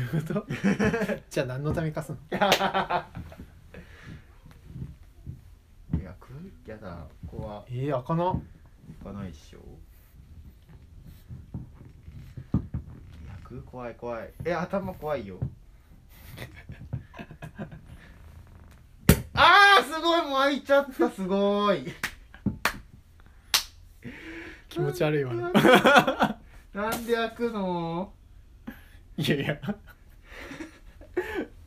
[SPEAKER 1] いね
[SPEAKER 2] どういうことじゃあ何のためかすの
[SPEAKER 1] いや、食うやだ、ここは
[SPEAKER 2] えー、あかな
[SPEAKER 1] 行かないっしょ。いや、食う怖い怖い。え、頭 怖いよ。ああ、すごい、もう開いちゃった、すごい。
[SPEAKER 2] 気持ち悪いわな
[SPEAKER 1] なんで開くの。
[SPEAKER 2] いやい や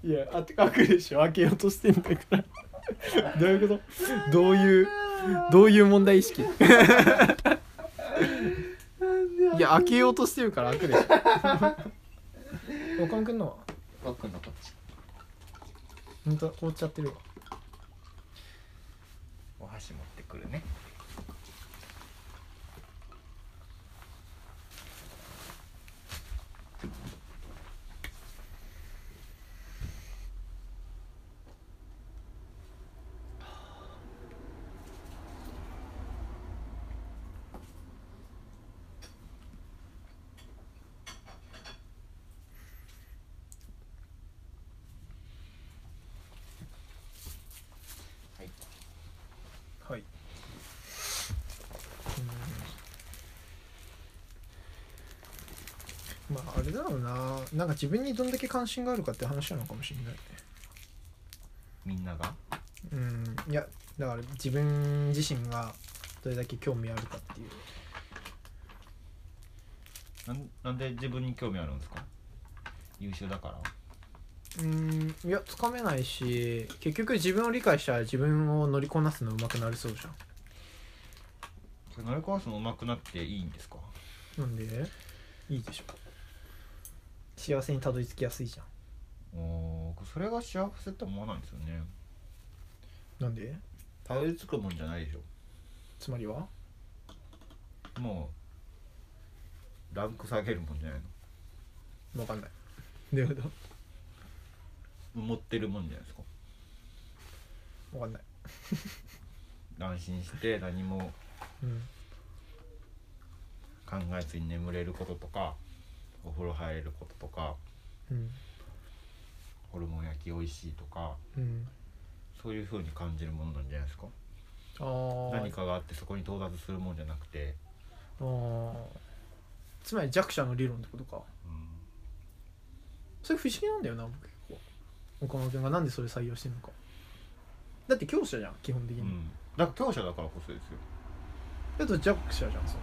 [SPEAKER 2] いやあて開くでしょ開けようとしてん だからどういうことどういうどういう問題意識い
[SPEAKER 1] なんで開く。
[SPEAKER 2] や開けようとしてるから開くでし ょおかんくんの
[SPEAKER 1] 開
[SPEAKER 2] は
[SPEAKER 1] くのこっち。
[SPEAKER 2] ほんと凍っちゃってるわ
[SPEAKER 1] お箸持ってくるね。
[SPEAKER 2] はいまああれだろうななんか自分にどんだけ関心があるかって話なのかもしれないね
[SPEAKER 3] んなが
[SPEAKER 2] うんいやだから自分自身がどれだけ興味あるかっていう
[SPEAKER 3] なんなんで自分に興味あるんですか優秀だから
[SPEAKER 2] うんいやつかめないし結局自分を理解したら自分を乗りこなすの上手くなりそうじゃ
[SPEAKER 3] それ乗りこなすの上手くなっていいんですか
[SPEAKER 2] んなんでいいでしょ幸せにたどり着きやすいじゃん
[SPEAKER 3] おーそれが幸せって思わないんですよね
[SPEAKER 2] なんで
[SPEAKER 3] たどり着くもんじゃないでしょ
[SPEAKER 2] つまりは
[SPEAKER 3] もうランク下げるもんじゃない
[SPEAKER 2] 分かんないどういうこ
[SPEAKER 3] の持ってるもんじゃないですか
[SPEAKER 2] と分かんない
[SPEAKER 3] 安心して何も
[SPEAKER 2] うん
[SPEAKER 3] 考えずに眠れることとかお風呂入れることとか
[SPEAKER 2] うん
[SPEAKER 3] ホルモン焼き美味しいとか
[SPEAKER 2] うん
[SPEAKER 3] そういう風に感じるものなんじゃないですか
[SPEAKER 2] あー
[SPEAKER 3] 何かがあってそこに到達するもんじゃなくて、
[SPEAKER 2] あーつまり弱者の理論ってことか
[SPEAKER 3] うん、
[SPEAKER 2] それ不思議なんだよな僕結構岡本君がなんでそれ採用してるのかだって強者じゃん基本的に、
[SPEAKER 3] うん、だから強者だからこそですよ
[SPEAKER 2] だと弱者じゃんそんな
[SPEAKER 3] だか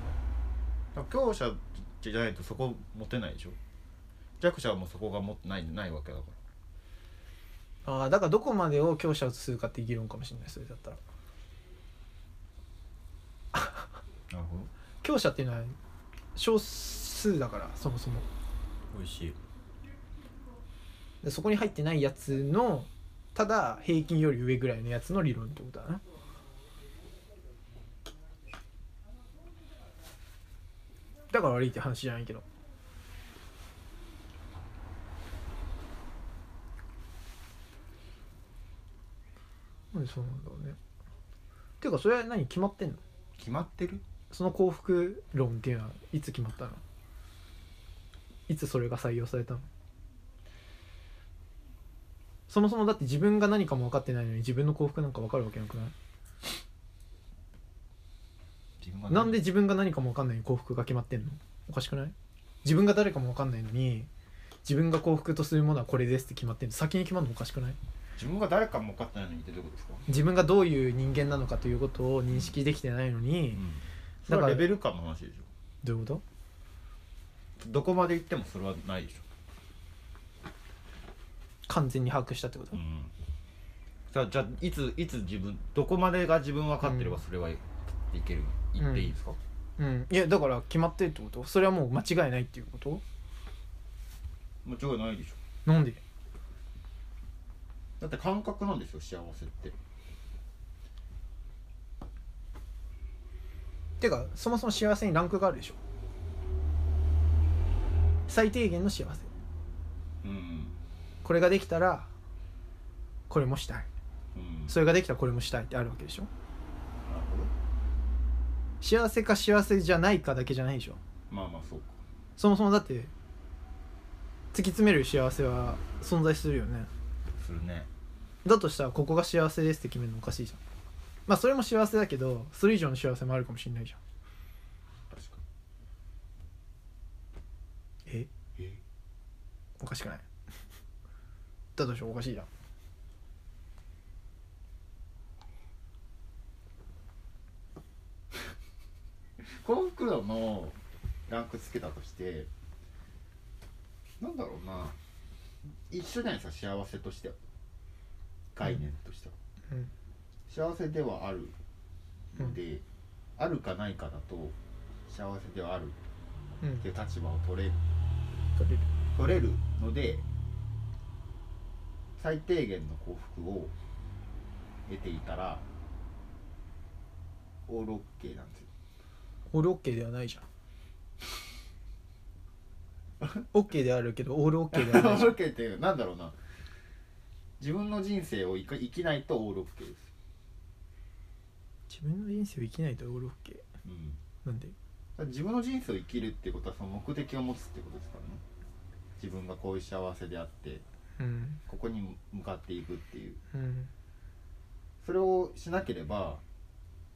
[SPEAKER 3] ら強者じゃないとそこ持てないでしょ弱者はもうそこが持ってないないわけだから
[SPEAKER 2] ああだからどこまでを強者とするかっていう議論かもしれないそれだったら
[SPEAKER 3] なるほど
[SPEAKER 2] 強者っていうのは少数だからそもそも
[SPEAKER 3] 美味しい
[SPEAKER 2] でそこに入ってないやつのただ平均より上ぐらいのやつの理論ってことだなだから悪いって話じゃないけどなんでそうなんだろうねていうかそれは何決まってんの
[SPEAKER 3] 決まってる
[SPEAKER 2] その幸福論っていうのはいつ決まったのいつそれが採用されたのそもそもだって自分が何かも分かってないのに自分の幸福なんか分かるわけなくない
[SPEAKER 3] 自分が
[SPEAKER 2] なんで自分が何かも分かんないのに幸福が決まってんのおかしくない自分が誰かも分かんないのに自分が幸福とするものはこれですって決まってんの先に決まるのおかしくない
[SPEAKER 3] 自分が誰かも分かってないのにってどういうことですか、
[SPEAKER 2] 自分がどういう人間なのかということを認識できてないのに
[SPEAKER 3] それ
[SPEAKER 2] だか
[SPEAKER 3] は
[SPEAKER 2] ら
[SPEAKER 3] レベル感の話でしょ
[SPEAKER 2] どういうこと
[SPEAKER 3] どこまで行ってもそれはないでしょ
[SPEAKER 2] 完全に把握したってこ
[SPEAKER 3] う
[SPEAKER 2] と
[SPEAKER 3] んさあじゃあいついつ自分どこまでが自分分かってれば
[SPEAKER 2] うん
[SPEAKER 3] それはいける、いっていいんですか、
[SPEAKER 2] うんいやだから決まってるってことそれはもう間違いないっていうこと
[SPEAKER 3] もちろんないでしょ
[SPEAKER 2] なんで
[SPEAKER 3] だって感覚なんですよ幸せって
[SPEAKER 2] てかそもそも幸せにランクがあるでしょ最低限の幸せ
[SPEAKER 3] うん
[SPEAKER 2] これができたらこれもしたい
[SPEAKER 3] うん
[SPEAKER 2] それができたらこれもしたいってあるわけでしょ
[SPEAKER 3] なるほど
[SPEAKER 2] 幸せか幸せじゃないかだけじゃないでしょ
[SPEAKER 3] まあまあそうか
[SPEAKER 2] そもそもだって突き詰める幸せは存在するよね
[SPEAKER 3] するね
[SPEAKER 2] だとしたらここが幸せですって決めるのおかしいじゃんまあそれも幸せだけどそれ以上の幸せもあるかもしれないじゃん
[SPEAKER 3] 確か
[SPEAKER 2] え
[SPEAKER 3] にえ
[SPEAKER 2] おかしくない だとしてもおかしいじゃん
[SPEAKER 1] 幸福度のランクつけたとしてなんだろうな一緒じゃないですか幸せとしては概念としては、
[SPEAKER 2] うん
[SPEAKER 1] 幸せではあるので、あるかないかだと幸せではある
[SPEAKER 2] うん
[SPEAKER 1] っていう立場を取れ
[SPEAKER 2] 取れる
[SPEAKER 1] 取れるので最低限の幸福を得ていたらオールオッケーなんですよ
[SPEAKER 2] オールオッケーではないじゃん オッケーではあるけどオールオッケーではない じゃん
[SPEAKER 1] オッケーっていうなんだろうな自分の人生を生か生きないとオールオッケーです、
[SPEAKER 2] 自分の人生を生きないとオールオッケー
[SPEAKER 1] うん、
[SPEAKER 2] なんで
[SPEAKER 1] だから自分の人生を生きるってことはその目的を持つってことですからね自分がこういう幸せであって
[SPEAKER 2] うん
[SPEAKER 1] ここに向かっていくっていう
[SPEAKER 2] うん
[SPEAKER 1] それをしなければ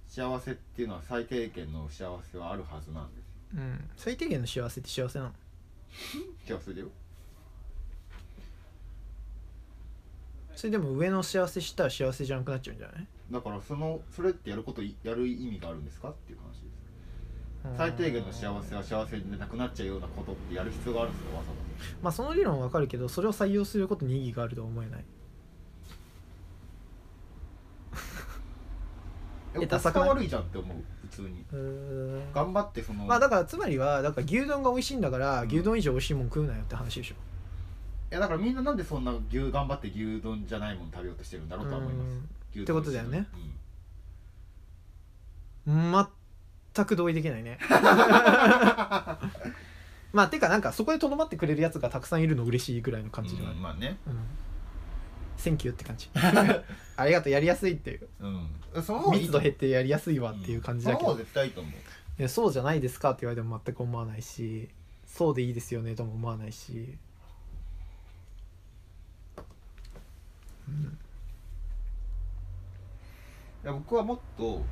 [SPEAKER 1] 幸せっていうのは最低限の幸せはあるはずなんです
[SPEAKER 2] うん最低限の幸せって幸せなの
[SPEAKER 1] よ幸せだよ
[SPEAKER 2] それでも上の幸せしたら幸せじゃなくなっちゃうんじゃない
[SPEAKER 1] だからそのそれってやることやる意味があるんですかっていう話です最低限の幸せは幸せでなくなっちゃうようなことってやる必要があるんですよわざわ
[SPEAKER 2] まあその理論わかるけどそれを採用することに意義があるとは思えない
[SPEAKER 1] ざ
[SPEAKER 2] え
[SPEAKER 1] え
[SPEAKER 2] ダ
[SPEAKER 1] ダ
[SPEAKER 2] サ
[SPEAKER 1] サ
[SPEAKER 2] く
[SPEAKER 1] か
[SPEAKER 2] ない
[SPEAKER 1] 悪いじゃんって思う普通に
[SPEAKER 2] うーん
[SPEAKER 1] 頑張ってその、
[SPEAKER 2] まあだからつまりはだから牛丼が美味しいんだから、
[SPEAKER 1] うん
[SPEAKER 2] 牛丼以上美味しいもん食うなよって話でしょ
[SPEAKER 1] いやだからみんななんでそんな牛頑張って牛丼じゃないもの食べようとしてるんだろうとは思います
[SPEAKER 2] うん
[SPEAKER 1] 牛丼
[SPEAKER 2] ってことだよね
[SPEAKER 1] うん
[SPEAKER 2] 全く同意できないねまあてかなんかそこでとどまってくれるやつがたくさんいるの嬉しいぐらいの感じがあ
[SPEAKER 3] う
[SPEAKER 2] る
[SPEAKER 3] ん、まあね
[SPEAKER 2] うん「センキュー」って感じありがとうやりやすいっていう
[SPEAKER 3] うん
[SPEAKER 1] その方がいい
[SPEAKER 2] 密度減ってやりやすいわっていう感じ
[SPEAKER 3] そ
[SPEAKER 2] だ
[SPEAKER 3] の
[SPEAKER 2] け
[SPEAKER 3] 方
[SPEAKER 2] ど、
[SPEAKER 3] が絶対いいと思う
[SPEAKER 2] いやそうじゃないですかって言われても全く思わないしそうでいいですよねとも思わないし、
[SPEAKER 1] いや僕はもっと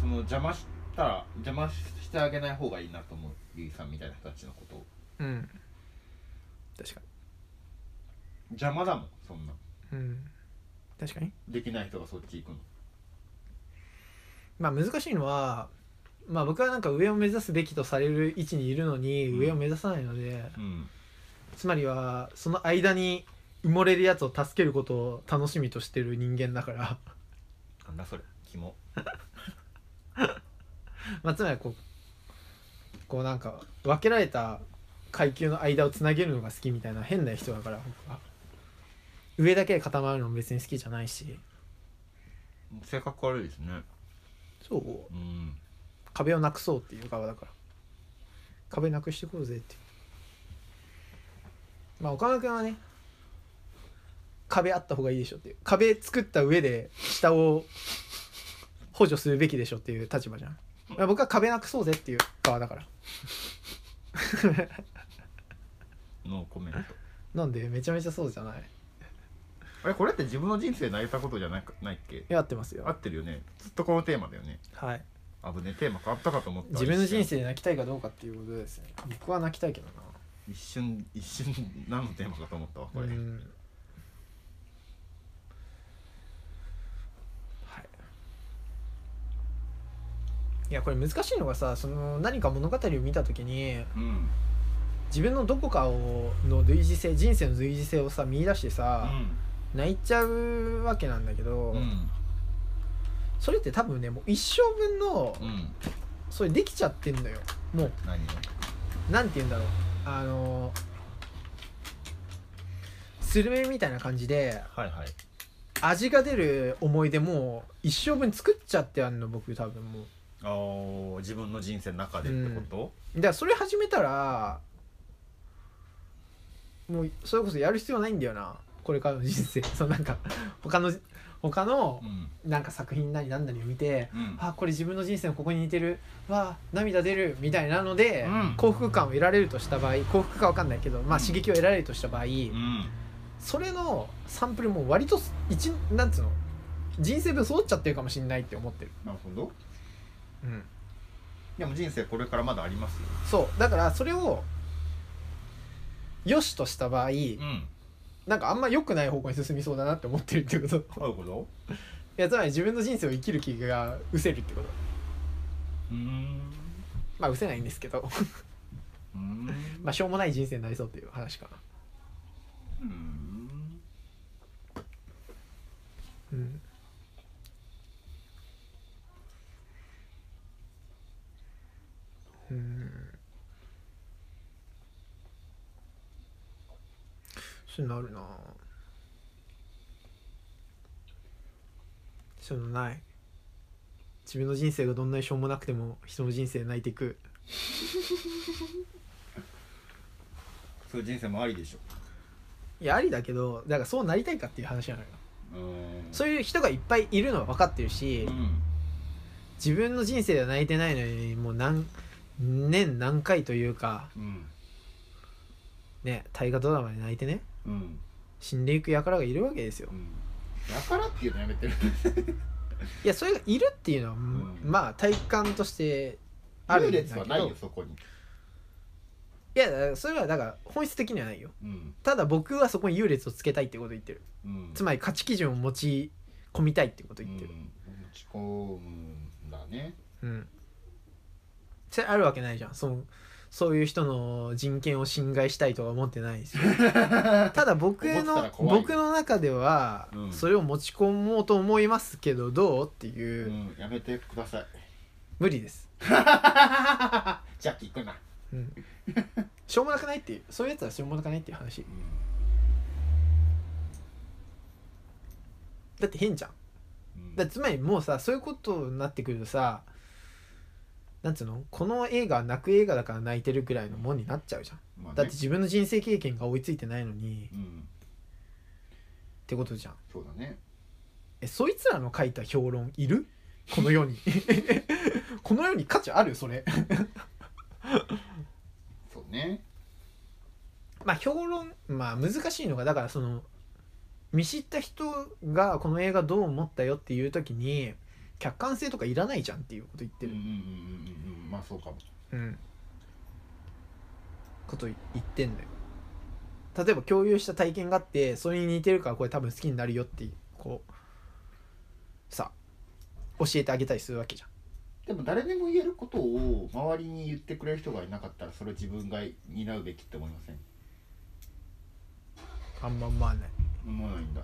[SPEAKER 1] その邪魔したら邪魔してあげない方がいいなと思うゆいさんみたいな人たちのことを
[SPEAKER 2] うん、確か
[SPEAKER 1] 邪魔だもんそんな
[SPEAKER 2] に、うん、確かに
[SPEAKER 1] できない人がそっち行くの
[SPEAKER 2] まあ難しいのは、まあ、僕はなんか上を目指すべきとされる位置にいるのに
[SPEAKER 3] うん
[SPEAKER 2] 上を目指さないので、
[SPEAKER 3] うん
[SPEAKER 2] つまりはその間に埋もれるやつを助けることを楽しみとしてる人間だから
[SPEAKER 3] なんだそれ肝
[SPEAKER 2] まあつまりこうこうなんか分けられた階級の間をつなげるのが好きみたいな変な人だから僕は上だけで固まるのも別に好きじゃないし
[SPEAKER 3] 性格悪いですね
[SPEAKER 2] そう
[SPEAKER 3] うん
[SPEAKER 2] 壁をなくそうっていう側だから壁なくしていこうぜっていうまあ岡野君はね壁あった方がいいでしょっていう壁作った上で下を補助するべきでしょっていう立場じゃんまあ僕は壁なくそうぜっていう側だから
[SPEAKER 3] ノーコメント
[SPEAKER 2] なんでめちゃめちゃそうじゃない
[SPEAKER 3] あれこれって自分の人生で泣いたことじゃないかないっけ
[SPEAKER 2] やってます
[SPEAKER 3] 合
[SPEAKER 2] よ
[SPEAKER 3] ってるよねずっとこのテーマだよね
[SPEAKER 2] はい
[SPEAKER 3] 危ねえテーマ変わったかと思った
[SPEAKER 2] 自分の人生で泣きたいかどうかっていうことですよね僕は泣きたいけどな
[SPEAKER 3] 一瞬一瞬何のテーマかと思ったわこれ、
[SPEAKER 2] うんはいいやこれ難しいのがさその何か物語を見た時に
[SPEAKER 3] うん
[SPEAKER 2] 自分のどこかをの類似性人生の類似性をさ見出して
[SPEAKER 3] う
[SPEAKER 2] さ、
[SPEAKER 3] ん
[SPEAKER 2] 泣いちゃうわけなんだけど、
[SPEAKER 3] うん
[SPEAKER 2] それって多分ねもう一生分の
[SPEAKER 3] うん
[SPEAKER 2] それできちゃってんのよもう
[SPEAKER 3] 何を
[SPEAKER 2] なんて言うんだろうあのスルメみたいな感じで
[SPEAKER 3] はいはい
[SPEAKER 2] 味が出る思い出もう一生分作っちゃってあんの僕多分もう
[SPEAKER 3] あー自分の人生の中でってこと、
[SPEAKER 2] だからそれ始めたらもうそれこそやる必要ないんだよなこれからの人生 そのなんか他の他の
[SPEAKER 3] うん
[SPEAKER 2] なんか作品なりなんなりを見て
[SPEAKER 3] うん
[SPEAKER 2] あこれ自分の人生のここに似てるわあ涙出るみたいなので、
[SPEAKER 3] うん
[SPEAKER 2] 幸福感を得られるとした場合幸福かわかんないけど、まあ、刺激を得られるとした場合、
[SPEAKER 3] うん
[SPEAKER 2] それのサンプルも割と一なんつうの人生分揃っちゃってるかもしれないって思ってる、
[SPEAKER 3] なるほどでも人生これからまだありますよ
[SPEAKER 2] そうだからそれを良しとした場合、
[SPEAKER 3] ん
[SPEAKER 2] なんかあんま良くない方向に進みそうだなって思ってるってこと い
[SPEAKER 3] どういうこと
[SPEAKER 2] やつまり自分の人生を生きる気が失せるってこと
[SPEAKER 3] うーん
[SPEAKER 2] まあ失せないんですけど
[SPEAKER 3] うーん
[SPEAKER 2] まあしょうもない人生になりそうっていう話かな
[SPEAKER 3] うーん
[SPEAKER 2] うんうんそういうのあるなそういうのない自分の人生がどんなにしょうもなくても人の人生泣いていく
[SPEAKER 3] そういう人生もありでしょ
[SPEAKER 2] いやありだけどだからそうなりたいかっていう話なのよ
[SPEAKER 3] うーん
[SPEAKER 2] そういう人がいっぱいいるのは分かってるし、
[SPEAKER 3] うん
[SPEAKER 2] 自分の人生では泣いてないのにもう何年何回というか
[SPEAKER 3] うん
[SPEAKER 2] ね大河ドラマで泣いてね
[SPEAKER 3] うん
[SPEAKER 2] 死んでいく輩がいるわけですよ
[SPEAKER 3] うん
[SPEAKER 1] だからっていうのやめてる
[SPEAKER 2] いやそれがいるっていうのは、まあ体感としてあるん
[SPEAKER 1] 優
[SPEAKER 2] だ
[SPEAKER 1] 劣
[SPEAKER 2] けど
[SPEAKER 1] はないよそこに
[SPEAKER 2] いいやだからそれはだから本質的にはないよ
[SPEAKER 3] うん
[SPEAKER 2] ただ僕はそこに優劣をつけたいってことを言ってる
[SPEAKER 3] うん
[SPEAKER 2] つまり価値基準を持ち込みたいってこと
[SPEAKER 3] う
[SPEAKER 2] を言
[SPEAKER 3] ん
[SPEAKER 2] ってる
[SPEAKER 3] 持ち込むんだね
[SPEAKER 2] うん、それあるわけないじゃんそのそういう人の人権を侵害したいとは思ってないですよただ僕
[SPEAKER 1] 思ってた
[SPEAKER 2] の
[SPEAKER 1] ら怖いよ
[SPEAKER 2] 僕の中では、
[SPEAKER 3] うん
[SPEAKER 2] それを持ち込もうと思いますけどどうって
[SPEAKER 3] う
[SPEAKER 2] いう、
[SPEAKER 3] んやめてください
[SPEAKER 2] 無理です、
[SPEAKER 1] ジャッキー行くな
[SPEAKER 2] うん、 しょうもなくないっていうそういうやつはしょうもなくないっていう話だって変じゃん
[SPEAKER 3] うん
[SPEAKER 2] だつまりもうさそういうことになってくるとさなんつうのこの映画は泣く映画だから泣いてるぐらいのもんになっちゃうじゃん
[SPEAKER 3] まあね
[SPEAKER 2] だって自分の人生経験が追いついてないのに
[SPEAKER 3] うん
[SPEAKER 2] ってことじゃん
[SPEAKER 3] そうだね
[SPEAKER 2] えそいつらの書いた評論いるこの世に この世に価値あるそれ
[SPEAKER 3] そうね
[SPEAKER 2] まあ評論まあ難しいのがだからその見知った人がこの映画どう思ったよっていう時に客観性とかいらないじゃんっていうこと言って
[SPEAKER 3] うんう
[SPEAKER 2] る
[SPEAKER 3] んうんうんうんうんまあそうかも
[SPEAKER 2] うん、こと言ってんだよ例えば共有した体験があってそれに似てるからこれ多分好きになるよってこうさ教えてあげたりするわけじゃん
[SPEAKER 1] でも誰でも言えることを周りに言ってくれる人がいなかったらそれ自分が担うべきって思いません
[SPEAKER 2] あんま思わない
[SPEAKER 1] 思わないんだ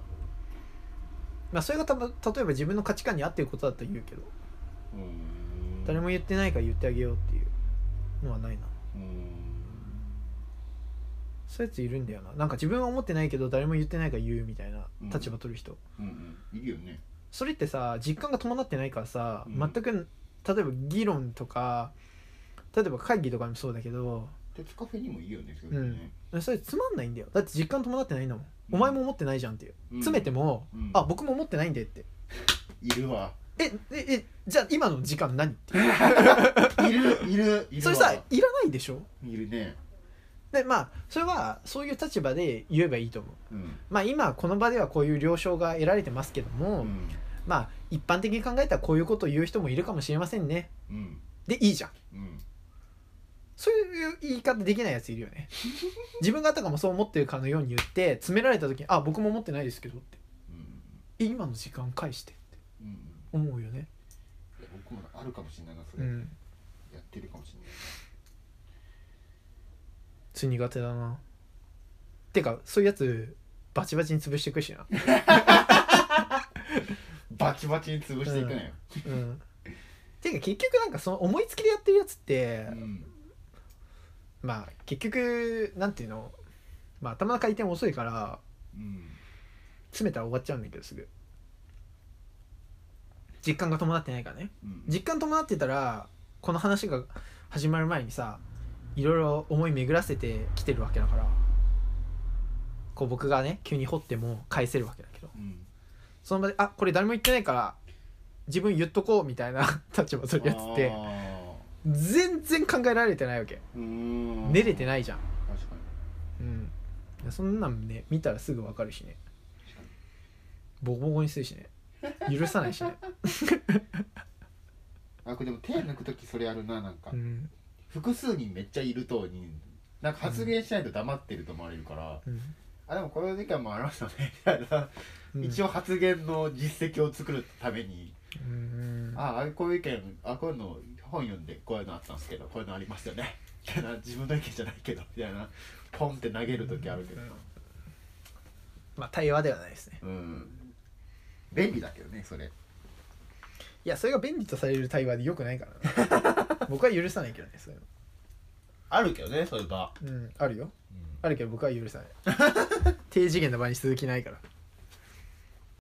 [SPEAKER 2] まあそれがたぶん例えば自分の価値観に合ってることだと言うけど
[SPEAKER 1] うーん
[SPEAKER 2] 誰も言ってないから言ってあげようっていうのはないな
[SPEAKER 1] うーん
[SPEAKER 2] そういうやついるんだよななんか自分は思ってないけど誰も言ってないから言うみたいな
[SPEAKER 1] うん
[SPEAKER 2] 立場取る人、
[SPEAKER 1] うんうんいるよね
[SPEAKER 2] それってさ実感が伴ってないからさ、
[SPEAKER 1] うん
[SPEAKER 2] 全く例えば議論とか例えば会議とかもそうだけど
[SPEAKER 1] 鉄カフェにもいいよねそういうのね
[SPEAKER 2] それつまんないんだよだって実感伴ってないんだもん、
[SPEAKER 1] うん
[SPEAKER 2] お前も思ってないじゃんっていう、
[SPEAKER 1] うん
[SPEAKER 2] 詰めても、
[SPEAKER 1] うん
[SPEAKER 2] あ僕も思ってないんだよって
[SPEAKER 1] いるわ
[SPEAKER 2] えええじゃあ今の時間何って
[SPEAKER 1] いるいるいるわ
[SPEAKER 2] それさいらないでしょ
[SPEAKER 1] いるね
[SPEAKER 2] でまあそれはそういう立場で言えばいいと思う
[SPEAKER 1] うん
[SPEAKER 2] まあ今この場ではこういう了承が得られてますけども、
[SPEAKER 1] うん
[SPEAKER 2] まあ一般的に考えたらこういうことを言う人もいるかもしれませんね
[SPEAKER 1] うん
[SPEAKER 2] でいいじゃん
[SPEAKER 1] うん
[SPEAKER 2] そういう言い方できないやついるよね自分があたかもそう思ってるかのように言って詰められた時に「あ僕も思ってないですけど」って
[SPEAKER 1] うん
[SPEAKER 2] 「え今の時間返して」って
[SPEAKER 1] うんうん
[SPEAKER 2] 思うよね
[SPEAKER 1] いや僕もあるかもしれないなそれ、
[SPEAKER 2] うん
[SPEAKER 1] やってるかもしれない
[SPEAKER 2] つ苦手だなてかそういうやつバチバチに潰してくしな
[SPEAKER 1] バチバチに潰していくね、
[SPEAKER 2] うんてか結局なんかその思いつきでやってるやつって、
[SPEAKER 1] うん
[SPEAKER 2] まあ結局なんていうのまあ頭の回転遅いから
[SPEAKER 1] うん
[SPEAKER 2] 詰めたら終わっちゃうんだけどすぐ実感が伴ってないからね
[SPEAKER 1] うん
[SPEAKER 2] 実感伴ってたらこの話が始まる前にさいろいろ思い巡らせてきてるわけだからこう僕がね急に掘っても返せるわけだけど
[SPEAKER 1] うん
[SPEAKER 2] その場で「あこれ誰も言ってないから自分言っとこう」みたいな 立場取るやつって
[SPEAKER 1] あ
[SPEAKER 2] 全然考えられてないわけ
[SPEAKER 1] ーうーん
[SPEAKER 2] 寝れて
[SPEAKER 1] ない
[SPEAKER 2] ないじゃん
[SPEAKER 1] 確かに
[SPEAKER 2] うんいやそんなんね見たらすぐわかるしねボコボコにするしね許さないしね、
[SPEAKER 1] あこれでも手抜く時それあるななんか、
[SPEAKER 2] うん
[SPEAKER 1] 複数人めっちゃいるとになんか発言しないと黙ってると思われるから、
[SPEAKER 2] うん
[SPEAKER 1] あでもこの時間もありましたねみたいな、
[SPEAKER 2] うん、
[SPEAKER 1] 一応発言の実績を作るために、
[SPEAKER 2] うん
[SPEAKER 1] ああこういう意見あこういうの本読んでこういうのあったんですけどこういうのありますよねみたいな自分の意見じゃないけどみたいなポンって投げる時あるけどな
[SPEAKER 2] まあ対話ではないですね
[SPEAKER 1] うん便利だけどねそれ
[SPEAKER 2] いやそれが便利とされる対話でよくないから な僕は許さないけどねそういう
[SPEAKER 3] あるけどねそういう場
[SPEAKER 2] のうんあるよ
[SPEAKER 3] うん
[SPEAKER 2] あるけど僕は許さない低次元の場に続きないから